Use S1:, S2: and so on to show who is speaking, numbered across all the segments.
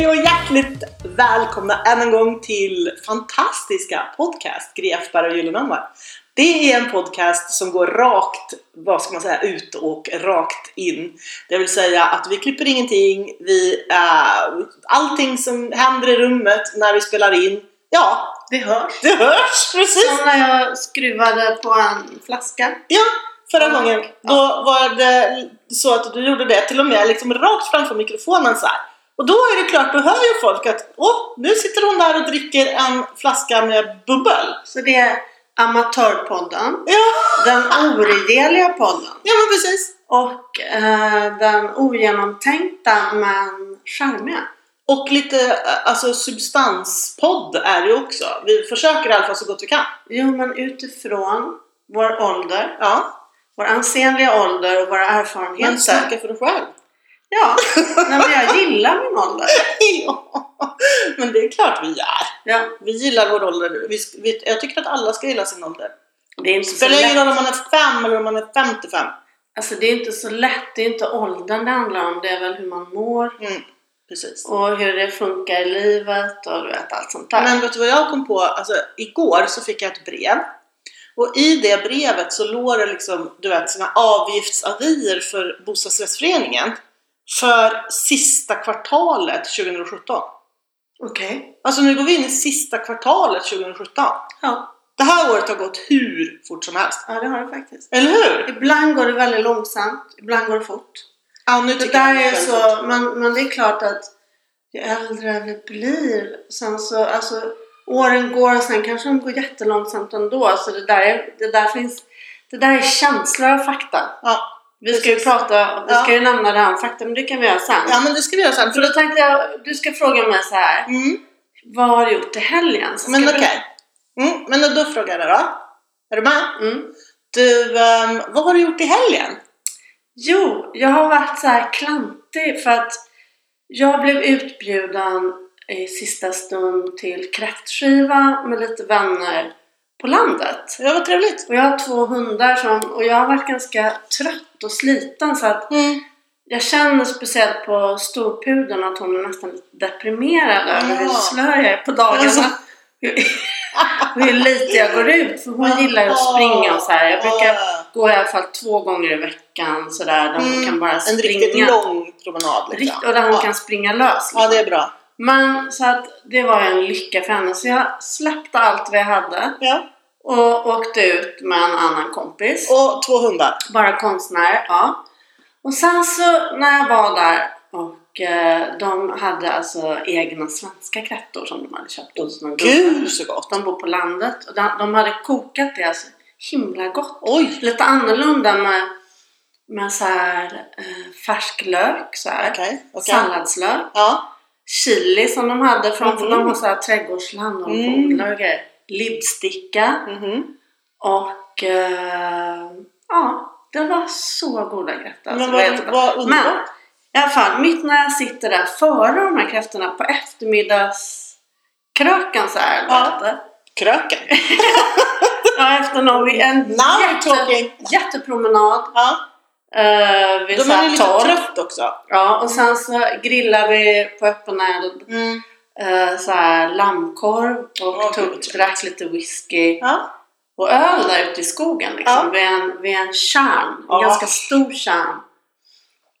S1: Hjärtligt välkomna än en gång till fantastiska podcast Grefberg och Gyllenhammar. Det är en podcast som går rakt, vad ska man säga, ut och rakt in. Det vill säga att vi klipper ingenting, vi, äh, allting som händer i rummet när vi spelar in, ja,
S2: Det hörs.
S1: det hörs precis!
S2: Som när jag skruvade på en flaska.
S1: Ja, förra gången. Då var det så att du gjorde det till och med liksom rakt framför mikrofonen så här. Och då är det klart, då hör ju folk att åh, nu sitter hon där och dricker en flaska med bubbel.
S2: Så det är Amatörpodden,
S1: Ja,
S2: den oredeliga podden
S1: ja men precis.
S2: och eh, den ogenomtänkta men charmiga.
S1: Och lite eh, alltså, substanspodd är det ju också. Vi försöker i alla fall så gott vi kan.
S2: Jo, men utifrån vår ålder,
S1: Ja,
S2: vår ansenliga ålder och våra
S1: men
S2: erfarenheter.
S1: snacka för dig själv.
S2: Ja, nej, men jag gillar min ålder.
S1: ja, men det är klart vi är.
S2: Ja,
S1: Vi gillar vår ålder nu. Vi, vi, jag tycker att alla ska gilla sin ålder.
S2: det är inte
S1: Det
S2: så
S1: spelar ingen
S2: lätt.
S1: roll om man är fem eller om man är 55.
S2: Alltså, det är inte så lätt. Det är inte åldern det handlar om. Det är väl hur man mår.
S1: Mm, precis.
S2: Och hur det funkar i livet och du vet allt sånt där.
S1: Men vet du vad jag kom på? Alltså, igår så fick jag ett brev. Och i det brevet så låg det liksom, du vet, sina avgiftsavier för bostadsrättsföreningen för sista kvartalet 2017.
S2: Okej.
S1: Alltså nu går vi in i sista kvartalet 2017.
S2: Ja.
S1: Det här året har gått hur fort som helst.
S2: ja, det har det faktiskt.
S1: Eller hur?
S2: Ibland går det väldigt långsamt, ibland går det fort.
S1: Ja, nu
S2: Det
S1: tycker
S2: där
S1: jag
S2: är
S1: det fort.
S2: så, men, men det är klart att ju äldre vi blir, sen så, alltså åren går och sen kanske de går jättelångsamt ändå. Så det där, är, det där finns, det där är känslor och fakta.
S1: Ja.
S2: Vi ska ju prata, vi ska ju nämna det här om fakta, men det kan vi göra sen.
S1: ja, men det ska vi göra sen.
S2: För
S1: För
S2: då tänkte jag, du ska fråga mig så här.
S1: mm,
S2: vad har du gjort i helgen? Så ska
S1: men
S2: jag
S1: okej. Mm, men då frågar jag dig då. Är du med?
S2: berätta. Mm.
S1: Du, ehm, vad har du gjort i helgen?
S2: Jo, jag har varit så här klantig för att jag blev utbjuden i sista stund till kräftskiva med lite vänner på landet.
S1: Ja, vad trevligt.
S2: Och jag har två hundar som, och jag har varit ganska trött och sliten så att
S1: Mm.
S2: jag känner speciellt på storpudeln att hon är nästan lite deprimerad över hur
S1: Ja.
S2: slö jag är på dagarna.
S1: Alltså.
S2: Hur- och hur lite jag går ut för hon gillar ju att springa och så här. Jag brukar
S1: Ah.
S2: gå i alla fall två gånger i veckan sådär där hon
S1: Mm,
S2: kan bara
S1: En
S2: springa.
S1: riktigt lång promenad. Liksom.
S2: Rikt- och där hon
S1: ja.
S2: kan springa lös. liksom.
S1: Ja, det är bra.
S2: Men så att det var ju en lycka för henne. Så jag släppte allt vad jag hade
S1: Ja.
S2: och åkte ut med en annan kompis.
S1: Och två hundar.
S2: Bara konstnärer, ja. Och sen så när jag var där och eh, de hade alltså egna svenska kräftor som de hade köpt hos någon
S1: Gud så gott!
S2: De bor på landet och de, de hade kokat det alltså himla gott.
S1: Oj!
S2: Lite annorlunda med, med så här eh, färsk lök så här.
S1: Okej, okej.
S2: Salladslök.
S1: Ja.
S2: chili som de hade från för
S1: Mhm.
S2: de har så här trädgårdsland och
S1: Mm.
S2: mm. odlar och grejer. Libbsticka
S1: Mhm.
S2: och eh, ja, det var så goda kräftor.
S1: Men
S2: Alltså,
S1: vad-
S2: det var jättebra.
S1: vad underbart.
S2: Men i alla fall, mitt när jag sitter där före de här kräftorna på eftermiddagskröken så här.
S1: Ja.
S2: vad heter det?
S1: Kröken.
S2: Ja, efter någon, en
S1: Now we're talking!
S2: jättepromenad
S1: Ja.
S2: eh, vid
S1: De
S2: så
S1: är ju
S2: här
S1: lite
S2: torv.
S1: trött också.
S2: Ja, och sen så grillar vi på öppen eld
S1: Mm.
S2: eh, så här lammkorv och
S1: Åh, gud,
S2: tog,
S1: vad trevligt.
S2: drack lite whisky
S1: Ja.
S2: och öl där ute i skogen liksom, vid, en, vid en kärn, en
S1: Ja.
S2: ganska stor kärn.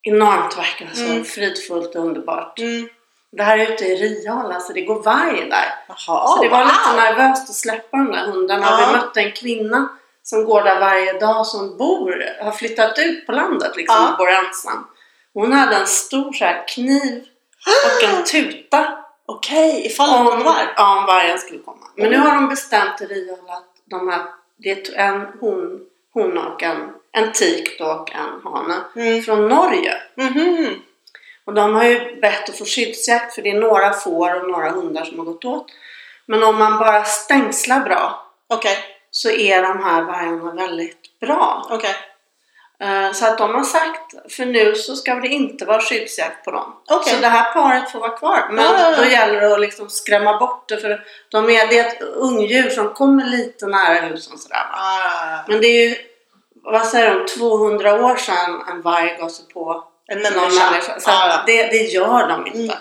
S2: Enormt vackert, så
S1: Mm.
S2: fridfullt och underbart.
S1: Mm.
S2: Det här är ute i Riala, så det går varg där.
S1: Jaha,
S2: så det var
S1: wow.
S2: lite nervöst att släppa de där hundarna.
S1: Ja.
S2: Vi mötte en kvinna som går där varje dag som bor, har flyttat ut på landet liksom,
S1: Ja.
S2: och bor ensam. Hon hade en stor så här, kniv och en tuta
S1: Okej, ifall det
S2: om,
S1: kommer varg.
S2: ja, om vargen skulle komma. Men nu
S1: Mm.
S2: har de bestämt i Riala att de här, det är t- en hon, hon och en, en tik då och en hane
S1: Mm.
S2: från Norge.
S1: Mhm.
S2: Och de har ju bett att få skyddsjakt för det är några får och några hundar som har gått åt. Men om man bara stängslar bra
S1: Okej,
S2: så är de här vargarna väldigt bra.
S1: okej.
S2: Eh, Så att de har sagt, för nu så ska det inte vara skyddsjakt på dem.
S1: Okej.
S2: Så det här paret får vara kvar. Men
S1: Ja, ja, ja.
S2: då gäller det att liksom skrämma bort det för de är, det är ett ungdjur som kommer lite nära husen sådär. va.
S1: Ah.
S2: Men det är ju, vad säger de, 200 år sedan en varg gav sig på
S1: En
S2: någon människa.
S1: människa.
S2: Så
S1: Ah,
S2: att
S1: ja.
S2: det, det gör de inte.
S1: Mm.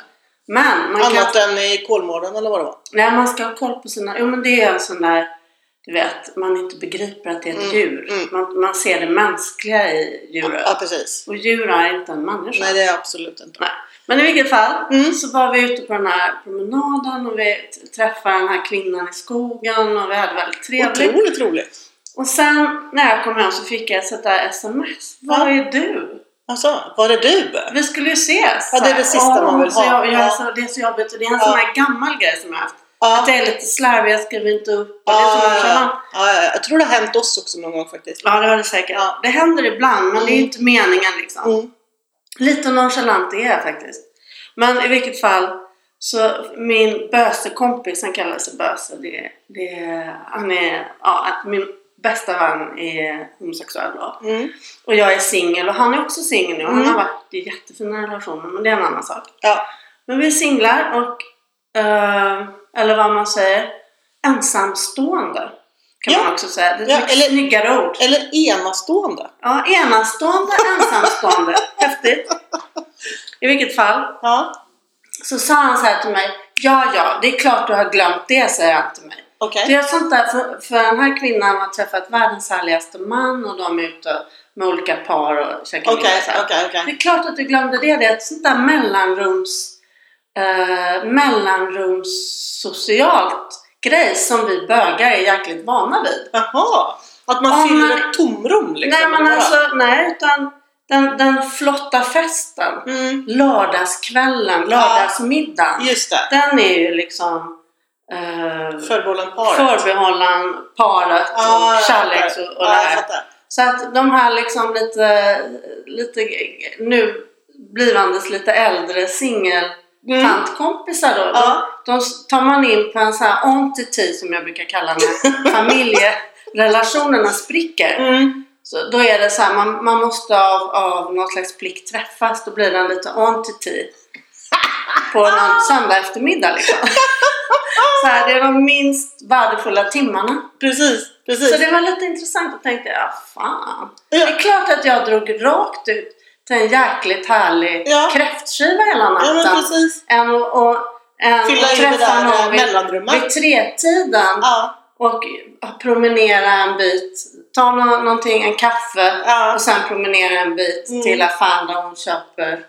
S2: Men man kan...
S1: Annat än i Kolmården eller vad det var.
S2: Nej, man ska ha koll på sina... Jo, men det är en sån där... Du vet, man inte begriper att det är ett
S1: Mm,
S2: djur.
S1: mm.
S2: Man, man ser det mänskliga i djuret.
S1: Ja, precis.
S2: Och djur är inte en människa.
S1: Nej, det är absolut inte.
S2: Nej. Men i vilket fall
S1: Mm.
S2: så var vi ute på den här promenaden och vi t- träffade den här kvinnan i skogen och vi hade väldigt trevligt.
S1: Otroligt roligt.
S2: Och sen när jag kom hem så fick jag ett sånt där sms. Var är du?
S1: Alltså, var det du?
S2: Vi skulle ju ses!
S1: Ja, det är det sista
S2: Åh,
S1: man vill
S2: så
S1: ha.
S2: Jag, jag,
S1: Ja.
S2: så, det är så jobbigt och det är en
S1: Ja.
S2: sån här gammal grej som jag haft. Att
S1: Ja.
S2: jag är lite slarvig, jag skriver inte upp. Och det är så
S1: Ja,
S2: nonchalant.
S1: ja, ja. Jag tror det har hänt oss också någon gång faktiskt.
S2: ja, det har det säkert.
S1: Ja.
S2: Det händer ibland, men det är ju inte meningen liksom.
S1: Mm.
S2: Lite nonchalant är jag faktiskt. Men i vilket fall så min bösekompis, han kallar sig Böse, det, det, han är, ja, min bästa vän är homosexuell då.
S1: Mm.
S2: Och jag är singel och han är också singel nu. Han
S1: Mm.
S2: har varit i jättefina relationer men det är en annan sak.
S1: Ja.
S2: Men vi är singlar och, eh, eller vad man säger, ensamstående. Kan
S1: Ja.
S2: man också säga. Det är ett
S1: Ja,
S2: mycket
S1: eller-
S2: snyggare ord.
S1: Eller enastående.
S2: Ja, enastående, ensamstående. Häftigt. I vilket fall.
S1: Ja.
S2: Så sa han så här till mig. Ja, ja, det är klart du har glömt det, säger han till mig.
S1: Okej.
S2: Det är sånt där, för, för den här kvinnan har träffat världens härligaste man och de är ute med olika par och käkar middag
S1: Okej,
S2: så här.
S1: okej,
S2: Det
S1: okej.
S2: är klart att du glömde det. Det är ett sånt där mellanrums, eh, mellanrumssocialt grej som vi bögar är jäkligt vana vid.
S1: Jaha! Att man
S2: Om
S1: fyller
S2: man-
S1: ett tomrum liksom?
S2: nej, men
S1: eller
S2: alltså, nej, utan den, den flotta festen,
S1: vad? Mm.
S2: lördagskvällen, lördagsmiddagen,
S1: Just det.
S2: den är ju liksom eh,
S1: Förbehållen paret.
S2: förbehållen paret
S1: Ja,
S2: och
S1: jag
S2: kärleks
S1: fattar.
S2: och, och det
S1: ja, jag
S2: här.
S1: fattar.
S2: Så att de här liksom lite, lite nu blivandes lite äldre singeltantkompisar då.
S1: Mm. Ja.
S2: De, de tar man in på en sån här entity som jag brukar kalla när familjerelationerna spricker.
S1: Mm.
S2: Så då är det så här, man, man måste av, av någon slags plikt träffas. Då blir det en liten entity på
S1: Ah!
S2: någon söndag eftermiddag liksom. Så här, det är de minst värdefulla timmarna.
S1: Precis, precis.
S2: Så det var lite intressant och tänkte jag, "Ah, fan.
S1: Ja.
S2: Det är klart att jag drog rakt ut till en jäkligt härlig
S1: Ja.
S2: kräftskiva hela
S1: ja, men
S2: natten.
S1: precis.
S2: än och, och, än
S1: Fylla
S2: och
S1: in det
S2: träffa
S1: där
S2: någon
S1: eh,
S2: vid, vid
S1: mellanrummet.
S2: tretiden
S1: Ja,
S2: och promenera en bit. Ta nå- någonting, en kaffe
S1: ja.
S2: och sen promenera en bit
S1: Mm.
S2: till affären där hon köper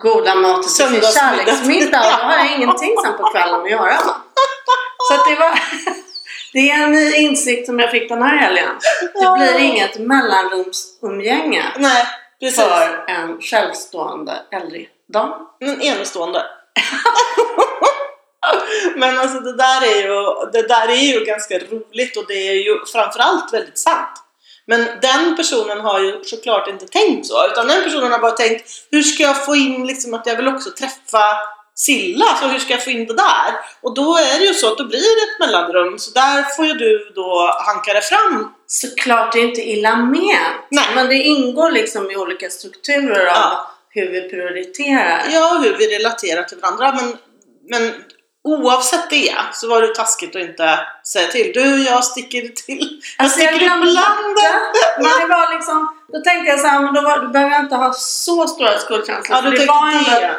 S2: goda mat till sin
S1: Söndagsmiddag.
S2: kärleksmiddag. Och Då har jag ingenting sen på kvällen att göra. Så att det var... Det är en ny insikt som jag fick den här helgen. Det
S1: Ja.
S2: blir inget mellanrumsumgänge
S1: Nej, precis.
S2: för en självstående äldre dam.
S1: Men enastående. Men alltså det där, är ju, det där är ju ganska roligt och det är ju framförallt väldigt sant. Men den personen har ju såklart inte tänkt så, utan den personen har bara tänkt hur ska jag få in liksom att jag vill också träffa Silla, så hur ska jag få in det där? Och då är det ju så att då blir det ett mellanrum, så där får ju du då hanka dig fram.
S2: Såklart, det är inte illa ment.
S1: Nej.
S2: Men det ingår liksom i olika strukturer av
S1: Ja.
S2: hur vi prioriterar.
S1: Ja, hur vi relaterar till varandra, men, men oavsett det så var det taskigt att inte säga till. Du, jag sticker till. Jag
S2: Alltså,
S1: sticker upp
S2: glömde
S1: landet.
S2: det. Men det var liksom, då tänkte jag så här, men då, var, då behöver jag inte ha så stora skuldkänslor.
S1: Ja, du
S2: för det
S1: tänkte
S2: var ändå
S1: det.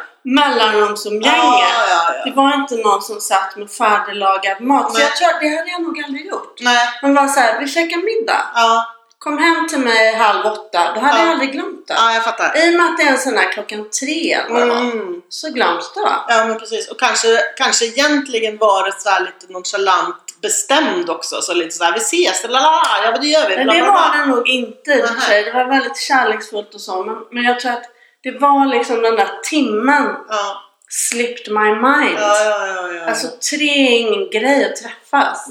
S2: mellanrumsumgänge.
S1: Ja, ja, ja.
S2: Det var inte någon som satt med färdiglagad mat. Så
S1: Nej.
S2: jag tror, det hade jag nog aldrig gjort.
S1: Nej,
S2: Men var så här, vi käkar middag.
S1: ja,
S2: Kom hem till mig halv åtta. Då hade
S1: Ja.
S2: jag aldrig glömt det.
S1: ja, jag fattar.
S2: I och med att det är en sån här klockan tre eller vad det var,
S1: Mm.
S2: så glöms det va?
S1: Ja, men precis. Och kanske, kanske egentligen var det så här lite nonchalant bestämd också. Så lite så här, vi ses, la la la, ja men det gör vi.
S2: Men
S1: bla,
S2: det
S1: bla, bla.
S2: var det nog inte i och för
S1: Nej.
S2: sig. Det var väldigt kärleksfullt och så. Men, men jag tror att det var liksom den där timmen
S1: Ja,
S2: slipped my mind.
S1: ja, ja. ja, ja.
S2: Alltså tre är ingen grej att träffas.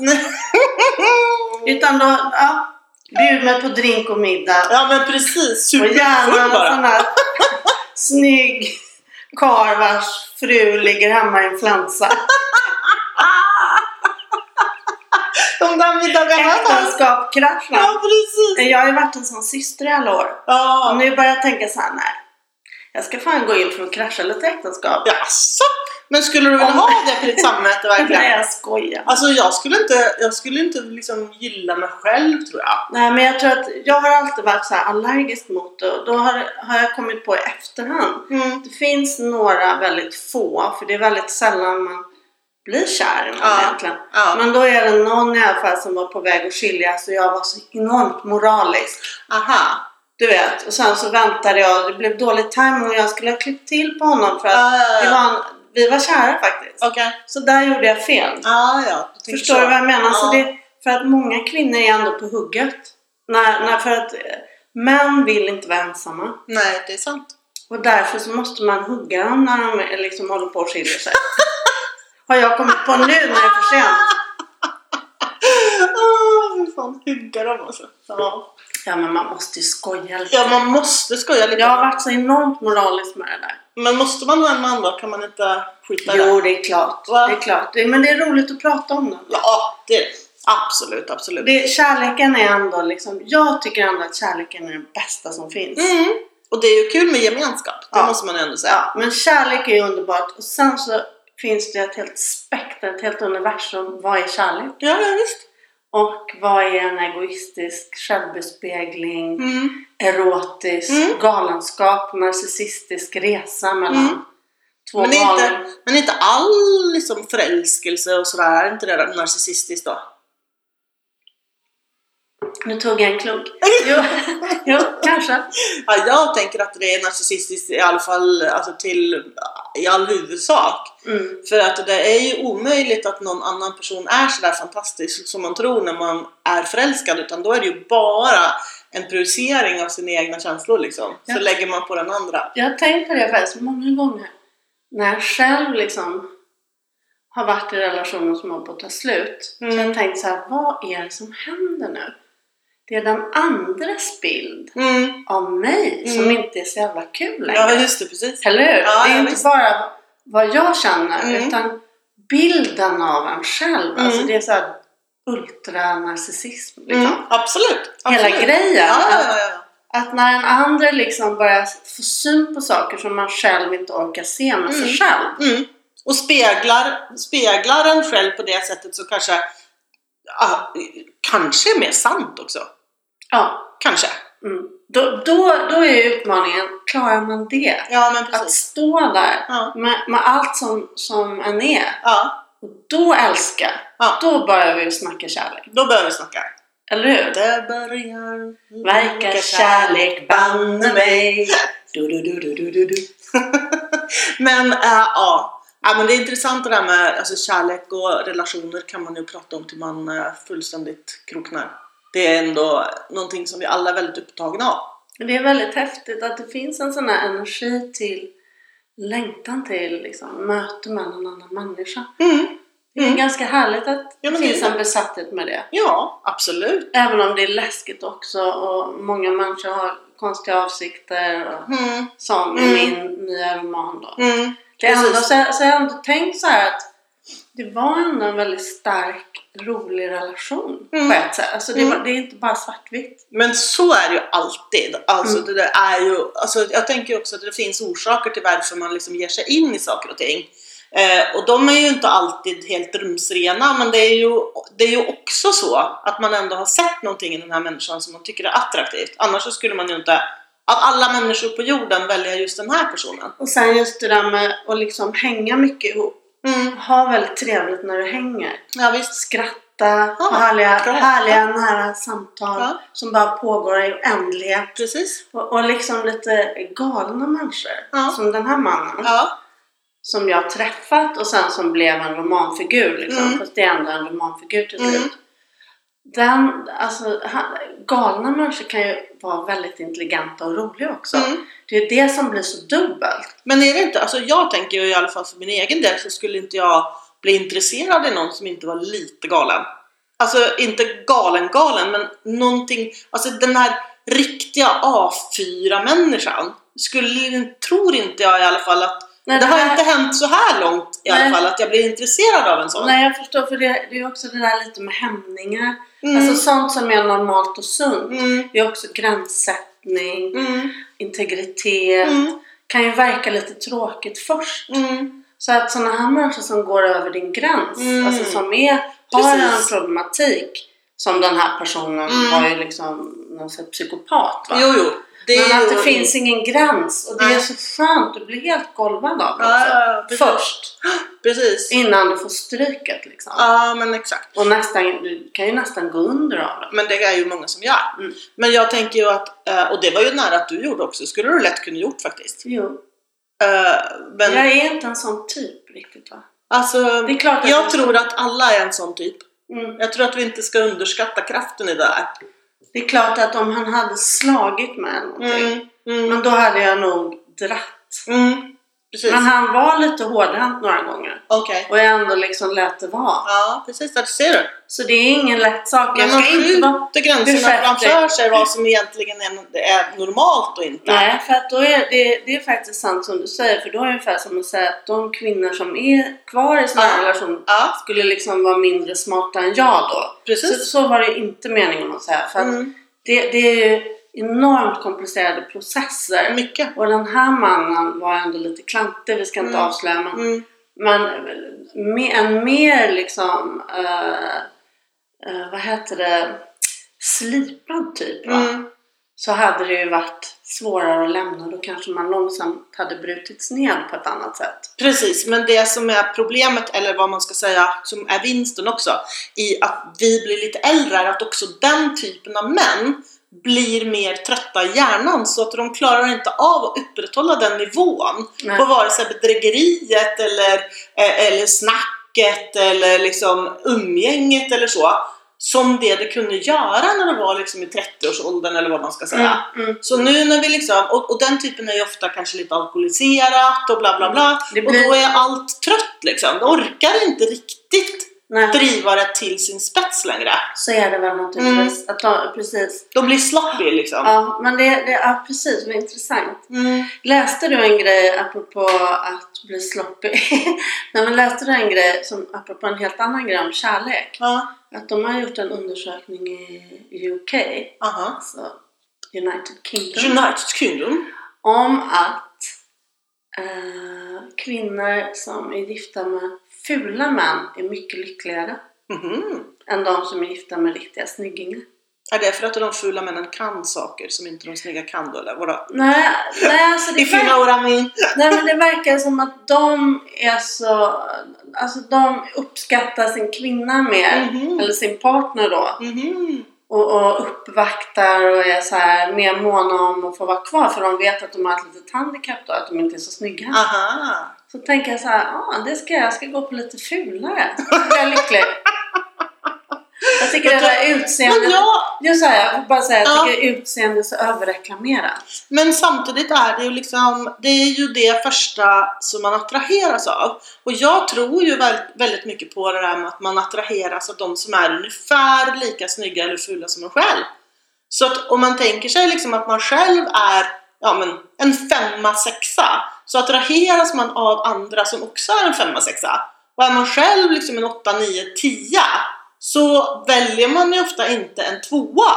S2: Utan då, ja, bjud mig på drink och middag.
S1: ja men precis.
S2: Och gärna
S1: Superfull
S2: en sån
S1: bara.
S2: här snygg karl vars fru ligger hemma i influensa.
S1: De där middagarna.
S2: Äktenskap kraschar.
S1: Ja, precis.
S2: Jag har ju varit en sån syster i alla år. Och
S1: Ja.
S2: nu börjar jag tänka så här, nej. Jag ska fan gå in för att krascha lite äktenskap.
S1: Jaså? Men skulle du vilja
S2: Om-
S1: ha det på ditt samvete verkligen?
S2: Nej, jag skojar.
S1: Alltså jag skulle inte, jag skulle inte liksom gilla mig själv tror jag.
S2: Nej, men jag tror att jag har alltid varit så här allergisk mot det och då har, har jag kommit på i efterhand.
S1: Mm.
S2: Det finns några väldigt få, för det är väldigt sällan man blir kär i någon
S1: Ja.
S2: egentligen.
S1: Ja.
S2: Men då är det någon i alla fall som var på väg att skiljas och jag var så enormt moralisk.
S1: Aha.
S2: Du vet, och sen så väntade jag och det blev dålig timing och jag skulle ha klippt till på honom för att
S1: Ah,
S2: det var en, vi var kära faktiskt.
S1: Okej.
S2: Så där gjorde jag fel.
S1: Ah, ja, du tänker
S2: Förstår
S1: så.
S2: du vad jag menar?
S1: Ja.
S2: Så det, för att många kvinnor är ändå på hugget. När, när, för att eh, män vill inte vara ensamma.
S1: Nej, det är sant.
S2: Och därför så måste man hugga dem när de är- liksom håller på och skiljer sig. Har jag kommit på nu när det är för sent?
S1: Ah, fy fan, hugga dem alltså. Ja.
S2: Ja men man måste ju skoja lite.
S1: ja, man måste skoja lite.
S2: Jag har varit så enormt moralisk med det där.
S1: Men måste man ha en man då? Kan man inte skita i det?
S2: Jo, det är klart.
S1: Va?
S2: Det är klart. Det- Men det är roligt att prata om den.
S1: Ja, det är det. Absolut, absolut.
S2: Det, kärleken är ändå liksom, jag tycker ändå att kärleken är den bästa som finns.
S1: Mm. Och det är ju kul med gemenskap, det
S2: Ja.
S1: måste man ändå säga.
S2: Ja, men kärlek är ju underbart och sen så finns det ett helt spektrum, ett helt universum. Vad är kärlek?
S1: Ja, ja visst.
S2: Och vad är en egoistisk självbespegling,
S1: Mm.
S2: erotisk,
S1: Mm.
S2: galenskap, narcissistisk resa mellan
S1: Mm.
S2: två
S1: Men, inte,
S2: galen...
S1: men inte all liksom, förälskelse och sådär, är inte det där narcissistiskt då?
S2: Nu tog jag en klunk. jo, jo, kanske.
S1: Ja, jag tänker att det är narcissistiskt i alla fall alltså till, i all huvudsak.
S2: Mm.
S1: För att det är ju omöjligt att någon annan person är sådär fantastisk som man tror när man är förälskad utan då är det ju bara en projicering av sina egna känslor liksom. Så
S2: Ja.
S1: lägger man på den andra.
S2: Jag har tänkt på det faktiskt många gånger. När jag själv liksom har varit i relationer som håller på att ta slut. Så har
S1: Mm.
S2: jag tänkt så här, vad är det som händer nu? Det är den andres bild
S1: Mm.
S2: av mig som
S1: Mm.
S2: inte är så jävla kul längre.
S1: Ja just det, precis.
S2: Eller hur?
S1: Ja,
S2: det är
S1: ja,
S2: inte
S1: visst.
S2: bara vad jag känner
S1: Mm.
S2: utan bilden av en själv.
S1: Mm.
S2: Alltså det är så här ultranarcissism. Liksom.
S1: Mm. Absolut,
S2: Hela
S1: absolut.
S2: grejen.
S1: Ja, ja, ja,
S2: Att-
S1: ja.
S2: Att när en andra liksom börjar få syn på saker som man själv inte orkar se med sig
S1: Mm.
S2: själv.
S1: Mm. Och speglar, speglar en själv på det sättet så kanske, ja, kanske är mer sant också.
S2: Ja.
S1: Kanske.
S2: Mm. Då, då, då är ju utmaningen, klarar man det?
S1: Ja men
S2: Att stå där
S1: Ja.
S2: med, med allt som, som en är.
S1: Ja,
S2: Och då älska.
S1: Ja.
S2: Då börjar vi ju snacka kärlek.
S1: då börjar vi snacka.
S2: Eller hur?
S1: Det börjar
S2: Verkar kärlek banne mig.
S1: Du, du, du, du, du, du, du. men äh, ja. ja, men det är intressant det där med alltså, kärlek och relationer kan man ju prata om till man äh, fullständigt kroknar. Det är ändå någonting som vi alla är väldigt upptagna av.
S2: Det är väldigt häftigt att det finns en sån här energi till längtan till liksom, möte med en annan människa.
S1: Mm.
S2: Det är
S1: Mm.
S2: ganska härligt att
S1: Ja,
S2: det
S1: men det är
S2: finns
S1: det.
S2: en besatthet med det.
S1: Ja, absolut.
S2: Även om det är läskigt också och många människor har konstiga avsikter och
S1: Mm.
S2: som
S1: Mm.
S2: i min nya roman då.
S1: Mm.
S2: Det är ändå,
S1: Precis.
S2: så, jag- så jag har ändå tänkt så här att det var ändå en väldigt stark, rolig relation
S1: Mm.
S2: på ett sätt. Alltså det,
S1: Mm.
S2: var, det är inte bara svartvitt.
S1: Men så är det ju alltid. Alltså,
S2: Mm.
S1: det där är ju, alltså, jag tänker också att det finns orsaker till varför man liksom ger sig in i saker och ting. Eh, och de är ju inte alltid helt rumsrena, men det är, ju, det är ju också så att man ändå har sett någonting i den här människan som man tycker är attraktivt. Annars så skulle man ju inte av alla människor på jorden välja just den här personen.
S2: Och sen just det där med att liksom hänga mycket ihop. Ha väldigt trevligt när du hänger.
S1: Ja, visst.
S2: Skratta,
S1: Ja,
S2: ha härliga,
S1: bra.
S2: härliga nära samtal
S1: Ja.
S2: som bara pågår i oändlighet.
S1: Precis.
S2: Och, och liksom lite galna människor.
S1: Ja.
S2: Som den här mannen.
S1: Ja.
S2: Som jag har träffat och sen som blev en romanfigur. Liksom.
S1: Mm.
S2: Fast det är ändå en romanfigur till
S1: Mm.
S2: slut. Den, alltså, han, galna människor kan ju vara väldigt intelligenta och roliga också.
S1: Mm.
S2: Det är ju det som blir så dubbelt.
S1: Men är det inte, alltså jag tänker ju i alla fall för min egen del så skulle inte jag bli intresserad i någon som inte var lite galen. Alltså inte galen galen men någonting, alltså den här riktiga A4 människan skulle, tror inte jag i alla fall att
S2: Nej,
S1: det
S2: det
S1: har
S2: här-
S1: inte hänt så här långt i
S2: Nej.
S1: alla fall att jag blir intresserad av en sån.
S2: Nej, jag förstår. För det, det är ju också det där lite med hämningar.
S1: Mm,
S2: Alltså sånt som är normalt och sunt.
S1: mm,
S2: Det är också gränssättning,
S1: mm,
S2: integritet.
S1: mm,
S2: Kan ju verka lite tråkigt först.
S1: mm.
S2: Så att sådana här människor som går över din gräns,
S1: Mm.
S2: alltså som är, har
S1: Precis.
S2: en problematik som den här personen
S1: Mm.
S2: var ju liksom någon sorts psykopat va?
S1: Jo, jo. Det är
S2: Men att
S1: ju-
S2: det finns ingen gräns och det
S1: Nej.
S2: är så skönt, du blir helt golvad av det
S1: Ja,
S2: också.
S1: ja, ja, precis.
S2: Först,
S1: Precis.
S2: innan du får stryket liksom.
S1: Ja, men exakt.
S2: Och nästan, du kan ju nästan gå under av det.
S1: Men det är ju många som gör.
S2: Mm.
S1: Men jag tänker ju att, eh, och det var ju nära att du gjorde också, skulle du lätt kunna gjort faktiskt.
S2: Jo.
S1: Eh, Men
S2: Jag är inte en sån typ riktigt va?
S1: alltså,
S2: Det är klart att
S1: jag
S2: du-
S1: tror att alla är en sån typ.
S2: Mm.
S1: Jag tror att vi inte ska underskatta kraften i det där.
S2: Det är klart att om han hade slagit mig eller någonting,
S1: Mm. Mm.
S2: men då hade jag nog dratt.
S1: Mm. Precis.
S2: Men han var lite hårdhänt några gånger
S1: Okej.
S2: och jag ändå liksom lät det vara.
S1: Ja, precis. Där ser du.
S2: Så det är ingen lätt sak.
S1: Men
S2: Jag
S1: man
S2: ska inte vara...
S1: skjuter gränserna
S2: Ursäkta.
S1: framför sig vad som egentligen är, det är normalt och inte.
S2: Nej, för att då är det, det är faktiskt sant som du säger. För då är det ungefär som att säga att de kvinnor som är kvar i såna här
S1: Ja.
S2: relationer
S1: Ja,
S2: skulle liksom vara mindre smarta än jag då. Så,
S1: precis.
S2: så var det inte meningen att säga. För att
S1: Mm.
S2: det, det är ju enormt komplicerade processer.
S1: Mycket.
S2: Och den här mannen var ändå lite klantig, vi ska inte
S1: Mm.
S2: avslöja men,
S1: Mm.
S2: men me- en mer liksom, eh, eh, vad heter det, slipad typ va?
S1: Mm.
S2: Så hade det ju varit svårare att lämna, då kanske man långsamt hade brutits ned på ett annat sätt.
S1: Precis, men det som är problemet, eller vad man ska säga, som är vinsten också, i att vi blir lite äldre, är att också den typen av män blir mer trötta i hjärnan så att de klarar inte av att upprätthålla den nivån
S2: Nej.
S1: på vare sig bedrägeriet eller, eh, eller snacket eller liksom umgänget eller så som det det kunde göra när det var liksom i 30-årsåldern eller vad man ska säga.
S2: Mm, mm.
S1: Så nu när vi liksom, och, och den typen är ju ofta kanske lite alkoholiserat och bla bla bla.
S2: Mm. Det
S1: Och
S2: blir-
S1: då är allt trött liksom. De orkar inte riktigt
S2: Nej,
S1: driva det till sin spets längre.
S2: så är det väl naturligtvis. Att ta, precis.
S1: De blir sloppy liksom.
S2: Ja, men det, det, ja, precis, vad intressant.
S1: Mm.
S2: Läste du en grej apropå att bli sloppy? Nej men läste du en grej som apropå en helt annan grej om kärlek?
S1: Ja.
S2: Att de har gjort en undersökning i UK,
S1: Aha.
S2: alltså United Kingdom,
S1: United Kingdom.
S2: om att eh, kvinnor som är gifta med fula män är mycket lyckligare
S1: Mhm.
S2: än de som är gifta med riktiga snyggingar.
S1: Är det för att de fula männen kan saker som inte de snygga kan då eller? Vadå?
S2: Nej, nej alltså det
S1: If you know what I mean.
S2: Nej men det verkar som att de är så... Alltså de uppskattar sin kvinna mer.
S1: Mhm.
S2: Eller sin partner då.
S1: Mhm.
S2: Och, och uppvaktar och är så här mer måna om att få vara kvar. För de vet att de har ett litet handikapp då. Att de inte är så snygga.
S1: Aha.
S2: Så tänker jag så här, ah, det ska jag. Jag ska gå på lite fulare. Så blir jag lycklig. Jag tycker det där utseendet...
S1: Men jag,
S2: Jag, så här, jag får bara säga,
S1: Ja.
S2: jag tycker utseendet är så överreklamerat.
S1: Men samtidigt är det ju liksom, det är ju det första som man attraheras av. Och jag tror ju väl- väldigt mycket på det där med att man attraheras av de som är ungefär lika snygga eller fula som en själv. Så att om man tänker sig liksom att man själv är ja, men en femma, sexa så attraheras man av andra som också är en femma, sexa. Och är man själv liksom en åtta, nio, tia så väljer man ju ofta inte en tvåa.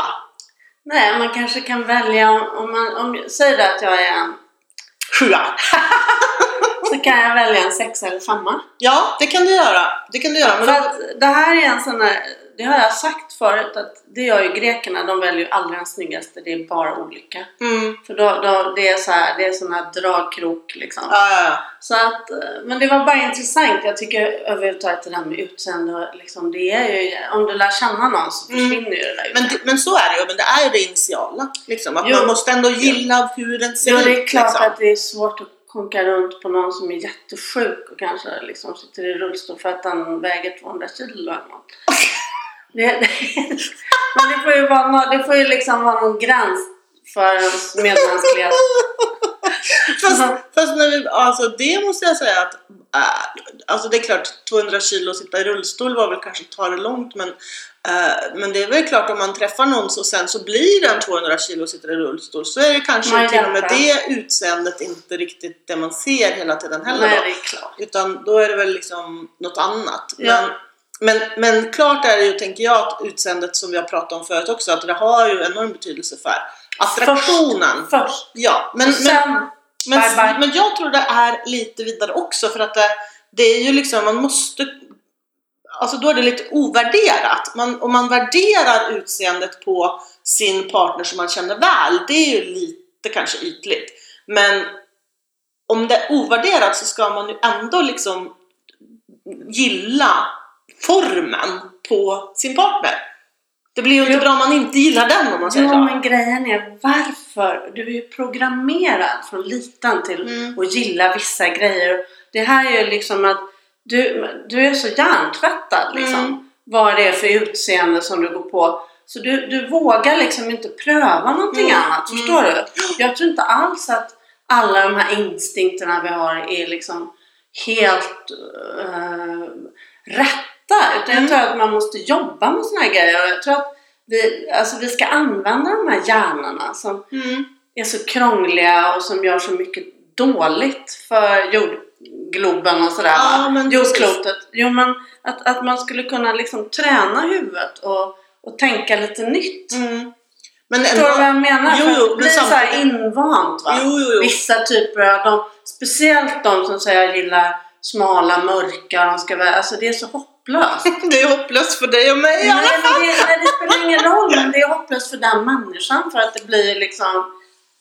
S2: Nej, man kanske kan välja om, om man, om, säg då att jag är en,
S1: Sjua!
S2: så kan jag välja en sexa eller femma.
S1: Ja, det kan du göra. Det kan du göra. Men
S2: För att det här är en sån här, det har jag sagt förut, att det gör ju grekerna, de väljer ju aldrig den snyggaste, det är bara olycka.
S1: Mm.
S2: För då, då, det är så här, det är sån här dragkrok liksom.
S1: Ja, ja, ja.
S2: Så att, eh, men det var bara intressant, jag tycker överhuvudtaget det där med utseende, och liksom, det är ju, om du lär känna någon så
S1: Mm.
S2: försvinner ju det där
S1: Men,
S2: utseendet.
S1: det- men så är det ju. Men det är ju det initiala. Liksom, att
S2: Jo.
S1: man måste ändå gilla hur den ser
S2: Jo,
S1: ut.
S2: det är klart
S1: liksom.
S2: att det är svårt att konka runt på någon som är jättesjuk och kanske liksom sitter i rullstol för att han väger 200 kilo eller något. Det, men det får, ju vara, nå- det får ju liksom vara någon gräns för ens medmänsklighet.
S1: fast, fast när vi, alltså, det måste jag säga att... Äh, alltså det är klart, 200 kilo och sitta i rullstol var väl kanske att ta det långt. Men, äh, men det är väl klart om man träffar någon så sen så blir den 200 kilo och sitter i rullstol. Så är det kanske
S2: Nej,
S1: till och med
S2: därför.
S1: det utseendet inte riktigt det man ser hela tiden heller.
S2: Nej,
S1: då.
S2: det är klart.
S1: Utan då är det väl liksom något annat.
S2: Ja.
S1: Men, men, men klart är det ju, tänker jag, att utseendet som vi har pratat om förut också, att det har ju enorm betydelse för attraktionen.
S2: Först.
S1: Ja, men,
S2: Men,
S1: men,
S2: sen,
S1: men,
S2: bye bye.
S1: men jag tror det är lite vidare också för att det, Det är ju liksom, man måste... Alltså då är det lite ovärderat. Man, om man värderar utseendet på sin partner som man känner väl, det är ju lite kanske ytligt. Men om det är ovärderat så ska man ju ändå liksom gilla formen på sin partner. Det blir ju inte
S2: Jo.
S1: bra om man inte gillar den om man säger
S2: Jo,
S1: så.
S2: men grejen är varför? Du är ju programmerad från liten till
S1: Mm.
S2: att gilla vissa grejer. Det här är ju liksom att du, du är så hjärntvättad liksom.
S1: Mm.
S2: Vad det är för utseende som du går på. Så du, du vågar liksom inte pröva någonting
S1: Mm.
S2: annat. Förstår du? Jag tror inte alls att alla de här instinkterna vi har är liksom helt eh, rätta. Utan
S1: Mm.
S2: jag tror att man måste jobba med såna här grejer. Och jag tror att vi, alltså vi ska använda de här hjärnorna som
S1: Mm.
S2: är så krångliga och som gör så mycket dåligt för jordgloben och sådär.
S1: Ja,
S2: va?
S1: men precis.
S2: Jordklotet. Jo, men att, att man skulle kunna liksom träna huvudet och, och tänka lite nytt.
S1: Mm. Men
S2: Förstår du vad jag menar?
S1: Jo,
S2: För att
S1: jo,
S2: det
S1: men
S2: blir så här
S1: samtidigt-
S2: invant va?
S1: Jo, jo, jo.
S2: Vissa typer av de, speciellt de som säger jag gillar smala, mörka, de ska vara, alltså det är så hopplöst.
S1: Det är hopplöst för dig och mig.
S2: Nej, men det, nej, det spelar ingen roll, men det är hopplöst för den människan för att det blir liksom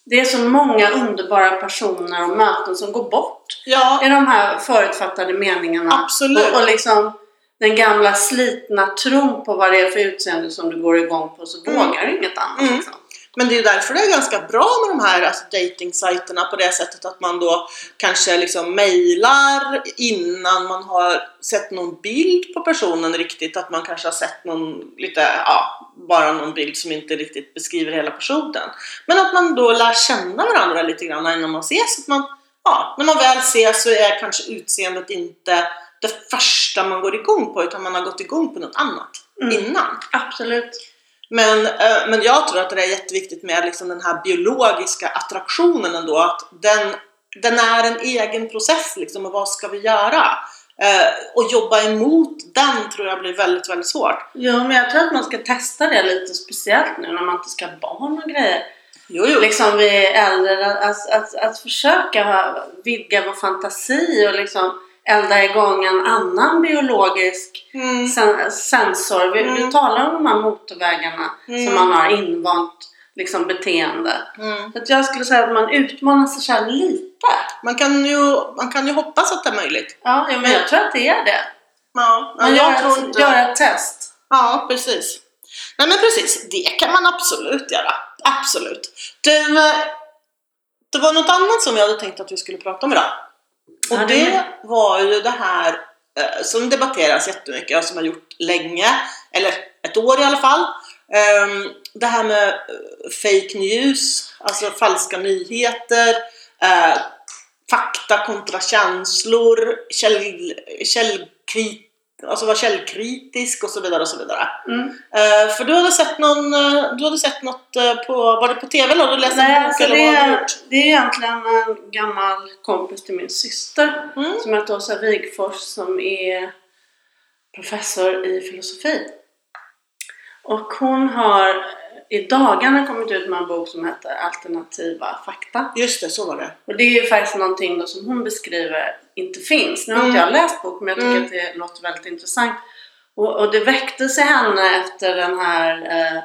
S2: det är så många underbara personer och möten som går bort
S1: Ja,
S2: i de här förutfattade meningarna.
S1: Absolut.
S2: Och, och liksom den gamla slitna tron på vad det är för utseende som du går igång på så
S1: Mm.
S2: vågar du inget annat.
S1: Mm.
S2: Liksom.
S1: men det är ju därför det är ganska bra med de här alltså, dating-sajterna på det sättet att man då kanske liksom mejlar innan man har sett någon bild på personen riktigt. Att man kanske har sett någon lite, ja, bara någon bild som inte riktigt beskriver hela personen. Men att man då lär känna varandra lite grann innan man ses. Att man, ja, när man väl ses så är kanske utseendet inte det första man går igång på utan man har gått igång på något annat
S2: Mm.
S1: innan.
S2: Absolut.
S1: Men, eh, men jag tror att det är jätteviktigt med liksom den här biologiska attraktionen ändå. Att den, den är en egen process liksom och vad ska vi göra? Eh, och jobba emot den tror jag blir väldigt, väldigt svårt.
S2: Jo, men jag tror att man ska testa det lite speciellt nu när man inte ska ha barn och grejer.
S1: Jo, jo.
S2: Liksom vi är äldre, att, att, att, att försöka ha- vidga vår fantasi och liksom elda igång en annan biologisk
S1: Mm.
S2: sen, sensor. Vi,
S1: Mm.
S2: vi talar om de här motorvägarna
S1: Mm.
S2: som man har invant liksom, beteende.
S1: Mm.
S2: Så att jag skulle säga att man utmanar sig själv lite.
S1: Man, kan ju, man kan ju hoppas att det är möjligt.
S2: Ja, ja, men jag tror att det är det.
S1: Ja,
S2: Man
S1: men
S2: gör,
S1: jag
S2: ett,
S1: tror inte...
S2: gör ett test.
S1: Ja, precis. Nej men precis, det kan man absolut göra. Absolut. Du, eh, det var något annat som jag hade tänkt att vi skulle prata om idag. Och
S2: Ja, det
S1: det
S2: med.
S1: var ju det här eh, som debatteras jättemycket och som har gjort länge, eller ett år i alla fall. Ehm, Det här med eh, fake news, alltså falska nyheter, eh, fakta kontra känslor, käll, källkrit, alltså vara källkritisk och så vidare och så vidare.
S2: Mm.
S1: Eh, för du hade sett någon, eh, du hade sett något eh, på, var det på TV eller hade du läst en
S2: Nej,
S1: bok
S2: alltså
S1: eller
S2: det,
S1: vad har du
S2: är,
S1: gjort?
S2: det är egentligen en gammal kompis till min syster
S1: Mm.
S2: som heter Åsa Wigfors som är professor i filosofi. Och hon har i dagarna kommit ut med en bok som heter Alternativa fakta.
S1: Just det, så var det.
S2: Och det är ju faktiskt någonting då som hon beskriver inte finns. Nu har inte jag läst boken men jag tycker
S1: Mm.
S2: att det låter väldigt intressant. Och, och det väckte sig henne efter den här eh,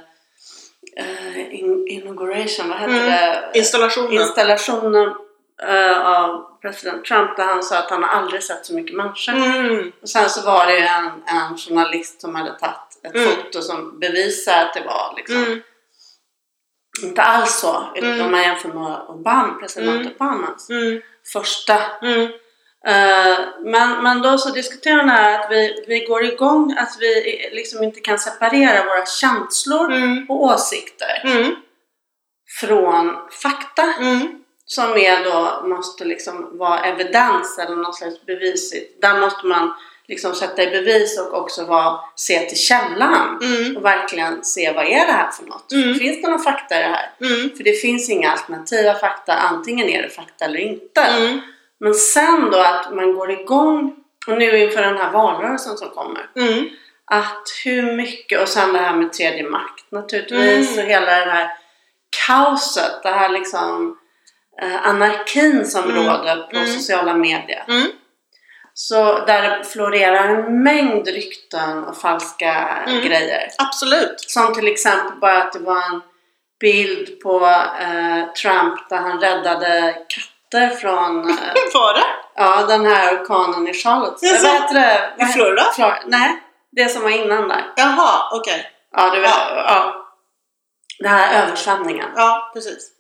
S2: eh, in, inauguration, vad hette
S1: Mm.
S2: det?
S1: Installationen.
S2: Installationen eh, av president Trump där han sa att han har aldrig sett så mycket människor.
S1: mm.
S2: Och sen så var det ju en, en journalist som hade tagit ett
S1: Mm.
S2: foto som bevisar att det var liksom
S1: Mm.
S2: inte alls så.
S1: Mm.
S2: Om man jämför med Obama, president
S1: Mm.
S2: Obamas
S1: Mm.
S2: första
S1: Mm.
S2: Eh, men, men då så diskuterar den här att vi, vi går igång, att vi eh, liksom inte kan separera våra känslor
S1: Mm.
S2: och åsikter
S1: Mm.
S2: från fakta
S1: Mm.
S2: som är då, måste liksom vara evidens eller någon slags bevis. Där måste man liksom sätta i bevis och också vara, se till källan
S1: Mm.
S2: och verkligen se vad är det här för något?
S1: Mm.
S2: Finns det någon fakta i det här?
S1: Mm.
S2: För det finns inga alternativa fakta, antingen är det fakta eller inte.
S1: Mm.
S2: Men sen då att man går igång, och nu inför den här valrörelsen som kommer,
S1: Mm.
S2: att hur mycket, och sen det här med tredje makt naturligtvis,
S1: Mm.
S2: och hela det här kaoset, det här liksom eh, anarkin som
S1: Mm.
S2: råder på
S1: Mm.
S2: sociala medier.
S1: Mm.
S2: Så där det florerar en mängd rykten och falska
S1: Mm.
S2: grejer.
S1: Absolut.
S2: Som till exempel bara att det var en bild på eh, Trump där han räddade katter från eh,
S1: Var det?
S2: ja, den här orkanen i Charlotte.
S1: Jaså?
S2: Vad heter det?
S1: I
S2: Vad heter-
S1: Florida?
S2: Flor- Nej, det som var innan där.
S1: Jaha, okej.
S2: Ja, du vet.
S1: Ja.
S2: Ja. Den här översvämningen.
S1: Ja, precis.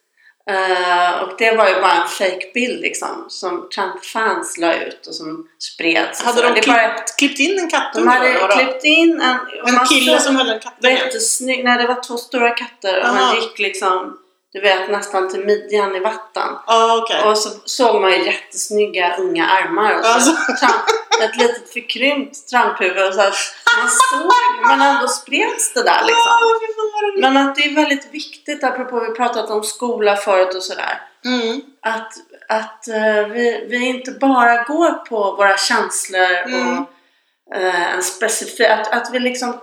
S2: Eh, och det var ju bara en fake bild liksom som Trump-fans la ut och som spreds. och
S1: Hade
S2: sådär.
S1: de
S2: Det
S1: klippt,
S2: bara-
S1: klippt in en kattunge?
S2: de
S1: eller
S2: hade
S1: vadå?
S2: klippt in en...
S1: En
S2: massa-
S1: kille som höll en kattunge?
S2: Jättesnygg. Nej, det var två stora katter och
S1: Aha.
S2: han gick liksom, du vet, nästan till midjan i vatten.
S1: Ja, okej.
S2: Och så såg man ju jättesnygga unga armar och så
S1: Alltså.
S2: tramp, ett litet förkrympt tramphuvud. Så att man såg, men ändå spreds det där liksom.
S1: Åh, fy fan vad roligt.
S2: Men att det är väldigt viktigt, apropå vi pratat om skola förut och sådär,
S1: Mm.
S2: att, att eh, vi, vi inte bara går på våra känslor
S1: Mm.
S2: och eh, en specifik, att, att vi liksom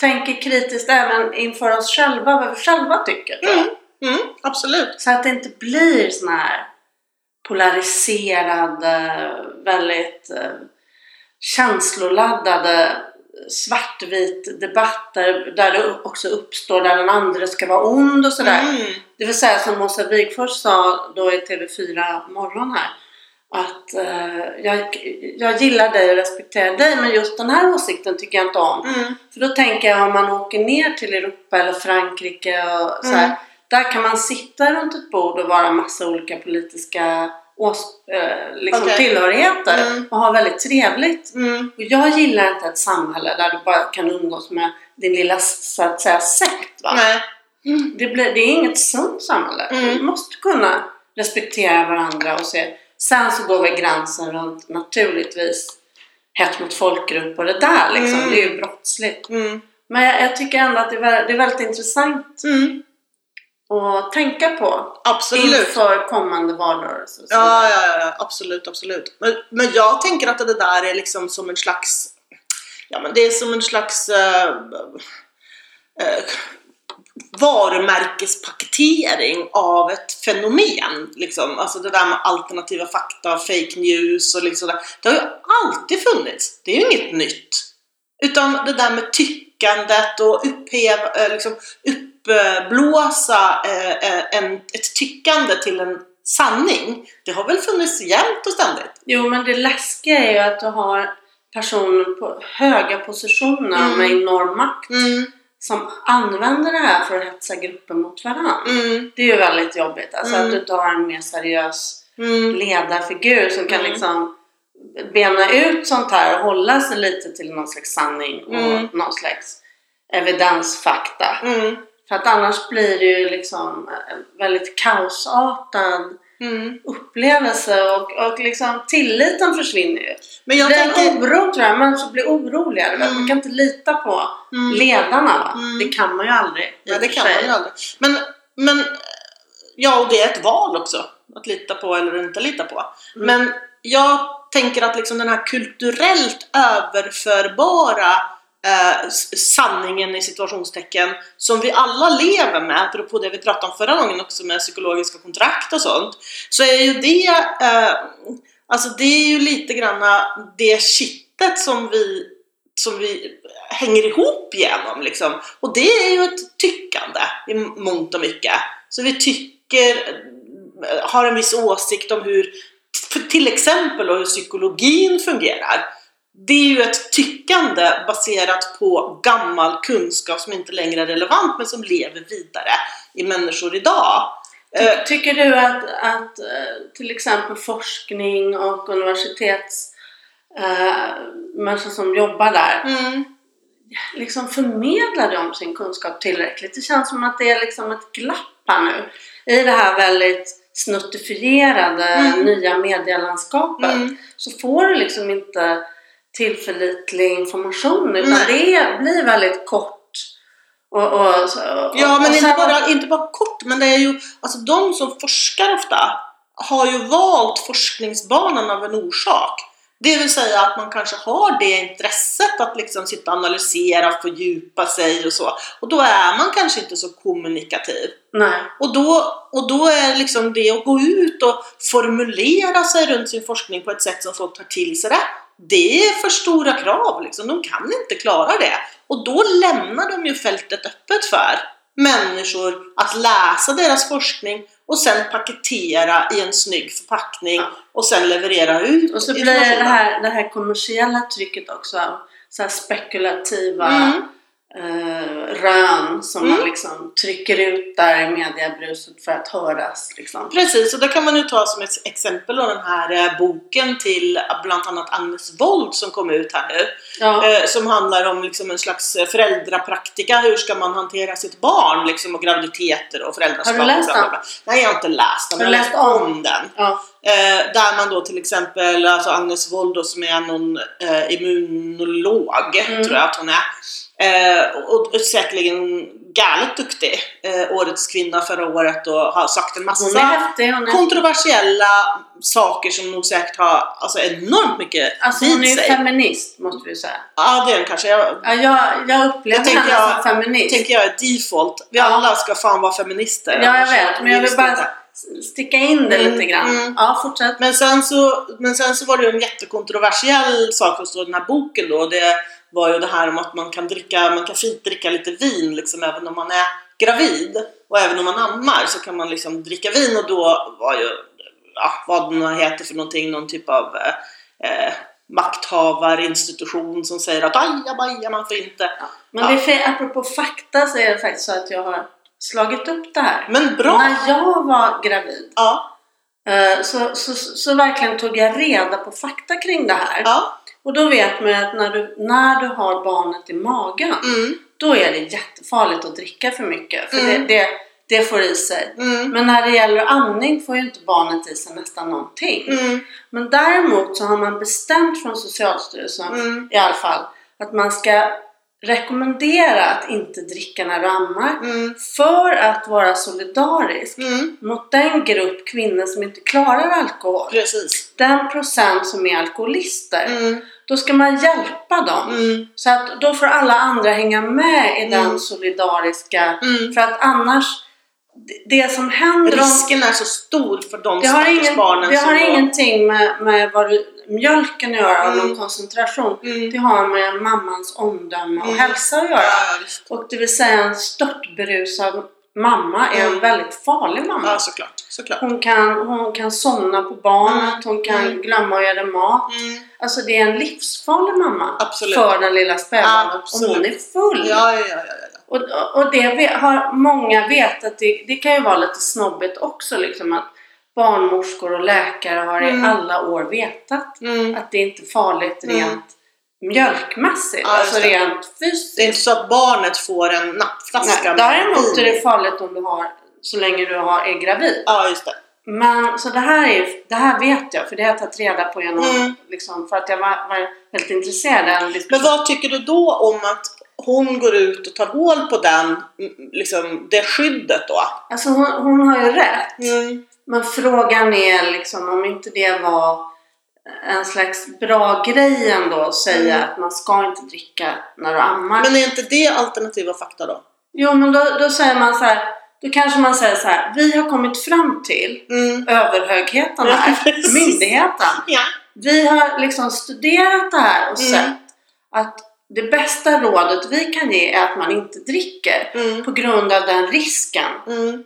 S2: tänker kritiskt även inför oss själva, vad vi själva tycker. tror jag.
S1: Mm. Mm, absolut.
S2: Så att det inte blir sån här polariserade, väldigt eh, känsloladdade svartvit debatter där det också uppstår där den andra ska vara ond och sådär.
S1: Mm.
S2: Det vill säga som Åsa Wigfors sa då i TV4 morgon här att eh, jag, jag gillar dig och respekterar dig men just den här åsikten tycker jag inte om.
S1: Mm.
S2: För då tänker jag om man åker ner till Europa eller Frankrike och så här,
S1: Mm.
S2: Där kan man sitta runt ett bord och vara massa olika politiska ås- eh, liksom
S1: Okej.
S2: tillhörigheter
S1: Mm.
S2: och ha väldigt trevligt.
S1: Mm.
S2: Och jag gillar inte ett samhälle där du bara kan umgås med din lilla så att säga sekt. Va?
S1: Nej.
S2: Det, blir, det är inget sunt samhälle.
S1: Mm.
S2: Vi måste kunna respektera varandra och se. Sen så går vi gränsen runt naturligtvis hets mot folkgrupp och det där liksom.
S1: Mm.
S2: Det är ju brottsligt.
S1: Mm.
S2: Men jag, jag tycker ändå att det är, vä- det är väldigt intressant
S1: Mm.
S2: att tänka på
S1: Absolut.
S2: inför kommande valrörelser. och så
S1: Ja,
S2: vidare.
S1: ja, ja, ja, absolut, absolut. Men, men jag tänker att det där är liksom som en slags, ja men det är som en slags eh, eh, varumärkespaketering av ett fenomen. Liksom. Alltså det där med alternativa fakta, fake news och liksom det. Det har ju alltid funnits. Det är ju inget nytt. Utan det där med tyckandet och upphev, eh, liksom, uppblåsa eh, eh, en, ett tyckande till en sanning. Det har väl funnits jämt och ständigt?
S2: Jo, men det läskiga är ju att du har personer på höga positioner
S1: Mm.
S2: med enorm makt som använder det här för att hetsa grupper mot varandra.
S1: Mm.
S2: Det är ju väldigt jobbigt. Alltså
S1: Mm.
S2: att du inte har en mer seriös
S1: Mm.
S2: ledarfigur som kan
S1: Mm.
S2: liksom bena ut sånt här och hålla sig lite till någon slags sanning och
S1: Mm.
S2: någon slags evidensfakta.
S1: Mm.
S2: För att annars blir det ju liksom en väldigt kaosartad
S1: Mm.
S2: upplevelse och, och liksom tilliten försvinner ju.
S1: Men jag
S2: det är en
S1: tänker...
S2: oro tror jag, människor blir oroliga. du vet.
S1: Mm.
S2: Man kan inte lita på
S1: Mm.
S2: ledarna va?
S1: Mm.
S2: Det kan man ju aldrig. i
S1: Nej,
S2: och
S1: det
S2: för
S1: kan
S2: sig.
S1: man ju aldrig. Men, men, eh, ja, och det är ett val också. Att lita på eller inte lita på.
S2: Mm.
S1: Men jag tänker att liksom den här kulturellt överförbara eh, s- sanningen i situationstecken som vi alla lever med, apropå det vi pratade om förra gången också med psykologiska kontrakt och sånt, så är ju det, eh, alltså det är ju lite granna det kittet som vi, som vi hänger ihop genom liksom. Och det är ju ett tyckande i mångt och mycket. Så vi tycker, eh, har en viss åsikt om hur för till exempel hur psykologin fungerar. Det är ju ett tyckande baserat på gammal kunskap som inte längre är relevant men som lever vidare i människor idag. Eh,
S2: Ty, tycker du att, att eh, till exempel forskning och universitets eh, människor som jobbar där
S1: Mm.
S2: liksom förmedlar de sin kunskap tillräckligt? Det känns som att det är liksom ett glapp här nu i det här väldigt snuttifierade
S1: Mm.
S2: nya medielandskapet.
S1: Mm.
S2: Så får du liksom inte tillförlitlig information utan
S1: Nej.
S2: det blir väldigt kort. Och, och, så- och,
S1: Ja, men
S2: och
S1: inte
S2: sen-
S1: bara, inte bara kort, men det är ju, alltså de som forskar ofta har ju valt forskningsbanan av en orsak. Det vill säga att man kanske har det intresset att liksom sitta och analysera, fördjupa sig och så. Och då är man kanske inte så kommunikativ.
S2: Nej.
S1: Och då, och då är liksom det att gå ut och formulera sig runt sin forskning på ett sätt som folk tar till sig det. det är för stora krav liksom. De kan inte klara det. Och då lämnar de ju fältet öppet för människor att läsa deras forskning och sen paketera i en snygg förpackning
S2: Ja.
S1: och sen leverera ut
S2: Och så blir det
S1: informationen.
S2: här, det här kommersiella trycket också. av Så här spekulativa
S1: Mm.
S2: eh, rön som
S1: Mm.
S2: man liksom trycker ut där i mediebruset för att höras. Liksom.
S1: Precis, och det kan man ju ta som ett exempel av den här eh, boken till eh, bland annat Agnes Wold som kom ut här nu.
S2: Ja.
S1: Eh, som handlar om liksom en slags eh, föräldrapraktika. Hur ska man hantera sitt barn liksom, och graviditeter och föräldraskap?
S2: Har du läst
S1: och bla, bla, bla. Nej, jag har inte läst den.
S2: Har
S1: Jag
S2: du
S1: har läst
S2: läst om?
S1: om den.
S2: Ja.
S1: Eh, där man då till exempel, alltså Agnes Wold då, som är någon eh, immunolog,
S2: Mm.
S1: tror jag att hon är. Eh, och, och säkerligen galet duktig. Eh, årets kvinna förra året och har sagt en
S2: Hon
S1: massa
S2: är häftig. Hon är,
S1: kontroversiella saker som nog säkert har alltså, enormt mycket
S2: alltså,
S1: vid
S2: hon är ju
S1: sig.
S2: feminist måste vi säga.
S1: Ja, det är den kanske. Jag,
S2: Ja, jag, jag upplever
S1: Det tänker
S2: henne
S1: jag-
S2: som
S1: Det
S2: feminist.
S1: tänker jag är default. Vi alla ska fan vara feminister.
S2: ja, jag
S1: annars
S2: vet. Men
S1: blir
S2: jag vill
S1: det
S2: bara
S1: inte.
S2: s- sticka in det
S1: Mm,
S2: lite grann.
S1: mm.
S2: Ja, fortsätt.
S1: Men sen, så, men sen så var det ju en jättekontroversiell sak som stod i den här boken då. Det var ju det här om att man kan, dricka, man kan fint dricka lite vin liksom, även om man är gravid. Och även om man ammar så kan man liksom dricka vin och då var ju, ja, vad det nu heter för någonting, någon typ av eh, makthavarinstitution som säger att ajabaja, man får inte.
S2: Men det är för, apropå fakta så är det faktiskt så att jag har slagit upp det här.
S1: Men bra!
S2: När jag var gravid
S1: Ja,
S2: eh, så, så, så verkligen tog jag reda på fakta kring det här.
S1: ja,
S2: Och då vet man ju att när du, när du har barnet i magen,
S1: mm,
S2: då är det jättefarligt att dricka för mycket. För
S1: Mm.
S2: det, det, det får i sig.
S1: mm,
S2: Men när det gäller amning får ju inte barnet i sig nästan någonting.
S1: mm,
S2: Men däremot så har man bestämt från Socialstyrelsen
S1: mm,
S2: i alla fall att man ska rekommendera att inte dricka när du ammar
S1: mm,
S2: för att vara solidarisk
S1: mm,
S2: mot den grupp kvinnor som inte klarar alkohol.
S1: precis.
S2: Den procent som är alkoholister.
S1: Mm,
S2: Då ska man hjälpa dem.
S1: mm,
S2: Så att då får alla andra hänga med i
S1: Mm.
S2: den solidariska...
S1: mm.
S2: För att annars, det- det som händer om
S1: Risken är så stor för de
S2: Det har,
S1: stackars
S2: ingen,
S1: barnen
S2: det
S1: som
S2: har
S1: då-
S2: ingenting med, med vad du, mjölken att göra och
S1: Mm.
S2: någon koncentration.
S1: Mm.
S2: Det har med mammans omdöme och
S1: Mm.
S2: hälsa att göra.
S1: Ja, visst.
S2: Och det vill säga en störtberusad mamma är
S1: Mm.
S2: en väldigt farlig mamma.
S1: ja, såklart. såklart.
S2: Hon, kan, hon kan somna på barnet, hon kan
S1: Mm.
S2: glömma att göra mat.
S1: Mm.
S2: Alltså det är en livsfarlig mamma
S1: Absolut.
S2: för den lilla spädbarnet om
S1: Absolut.
S2: hon är full.
S1: Ja, ja, ja, ja, ja.
S2: Och, och det ve- har många vetat, det, det kan ju vara lite snobbigt också liksom att barnmorskor och läkare har
S1: Mm.
S2: i alla år vetat
S1: Mm.
S2: att det inte är farligt
S1: Mm.
S2: rent mjölkmässigt,
S1: Ja, just
S2: alltså
S1: det.
S2: rent
S1: Det är inte
S2: fysiskt.
S1: så att barnet får en nappflaska
S2: Nej,
S1: med
S2: däremot är
S1: vin.
S2: det farligt om du har, så länge du har, är gravid.
S1: Ja, just det.
S2: Men, så det här, är, ju- det här vet jag, för det har jag tagit reda på genom,
S1: Mm.
S2: liksom, för att jag var, var väldigt intresserad av den
S1: Men
S2: diskussionen.
S1: vad tycker du då om att hon går ut och tar hål på den, mm, liksom, det skyddet då?
S2: Alltså hon, hon har ju rätt.
S1: Mm.
S2: Men frågan är liksom om inte det var en slags bra grej ändå att säga
S1: Mm.
S2: att man ska inte dricka när du ammar.
S1: Men är inte det alternativa fakta då?
S2: Jo men då, då säger man så här, då kanske man säger så här, vi har kommit fram till
S1: Mm.
S2: överhögheten
S1: Ja,
S2: här,
S1: precis.
S2: myndigheten.
S1: Ja.
S2: Vi har liksom studerat det här och
S1: Mm.
S2: sett att det bästa rådet vi kan ge är att man inte dricker
S1: Mm.
S2: på grund av den risken.
S1: Mm.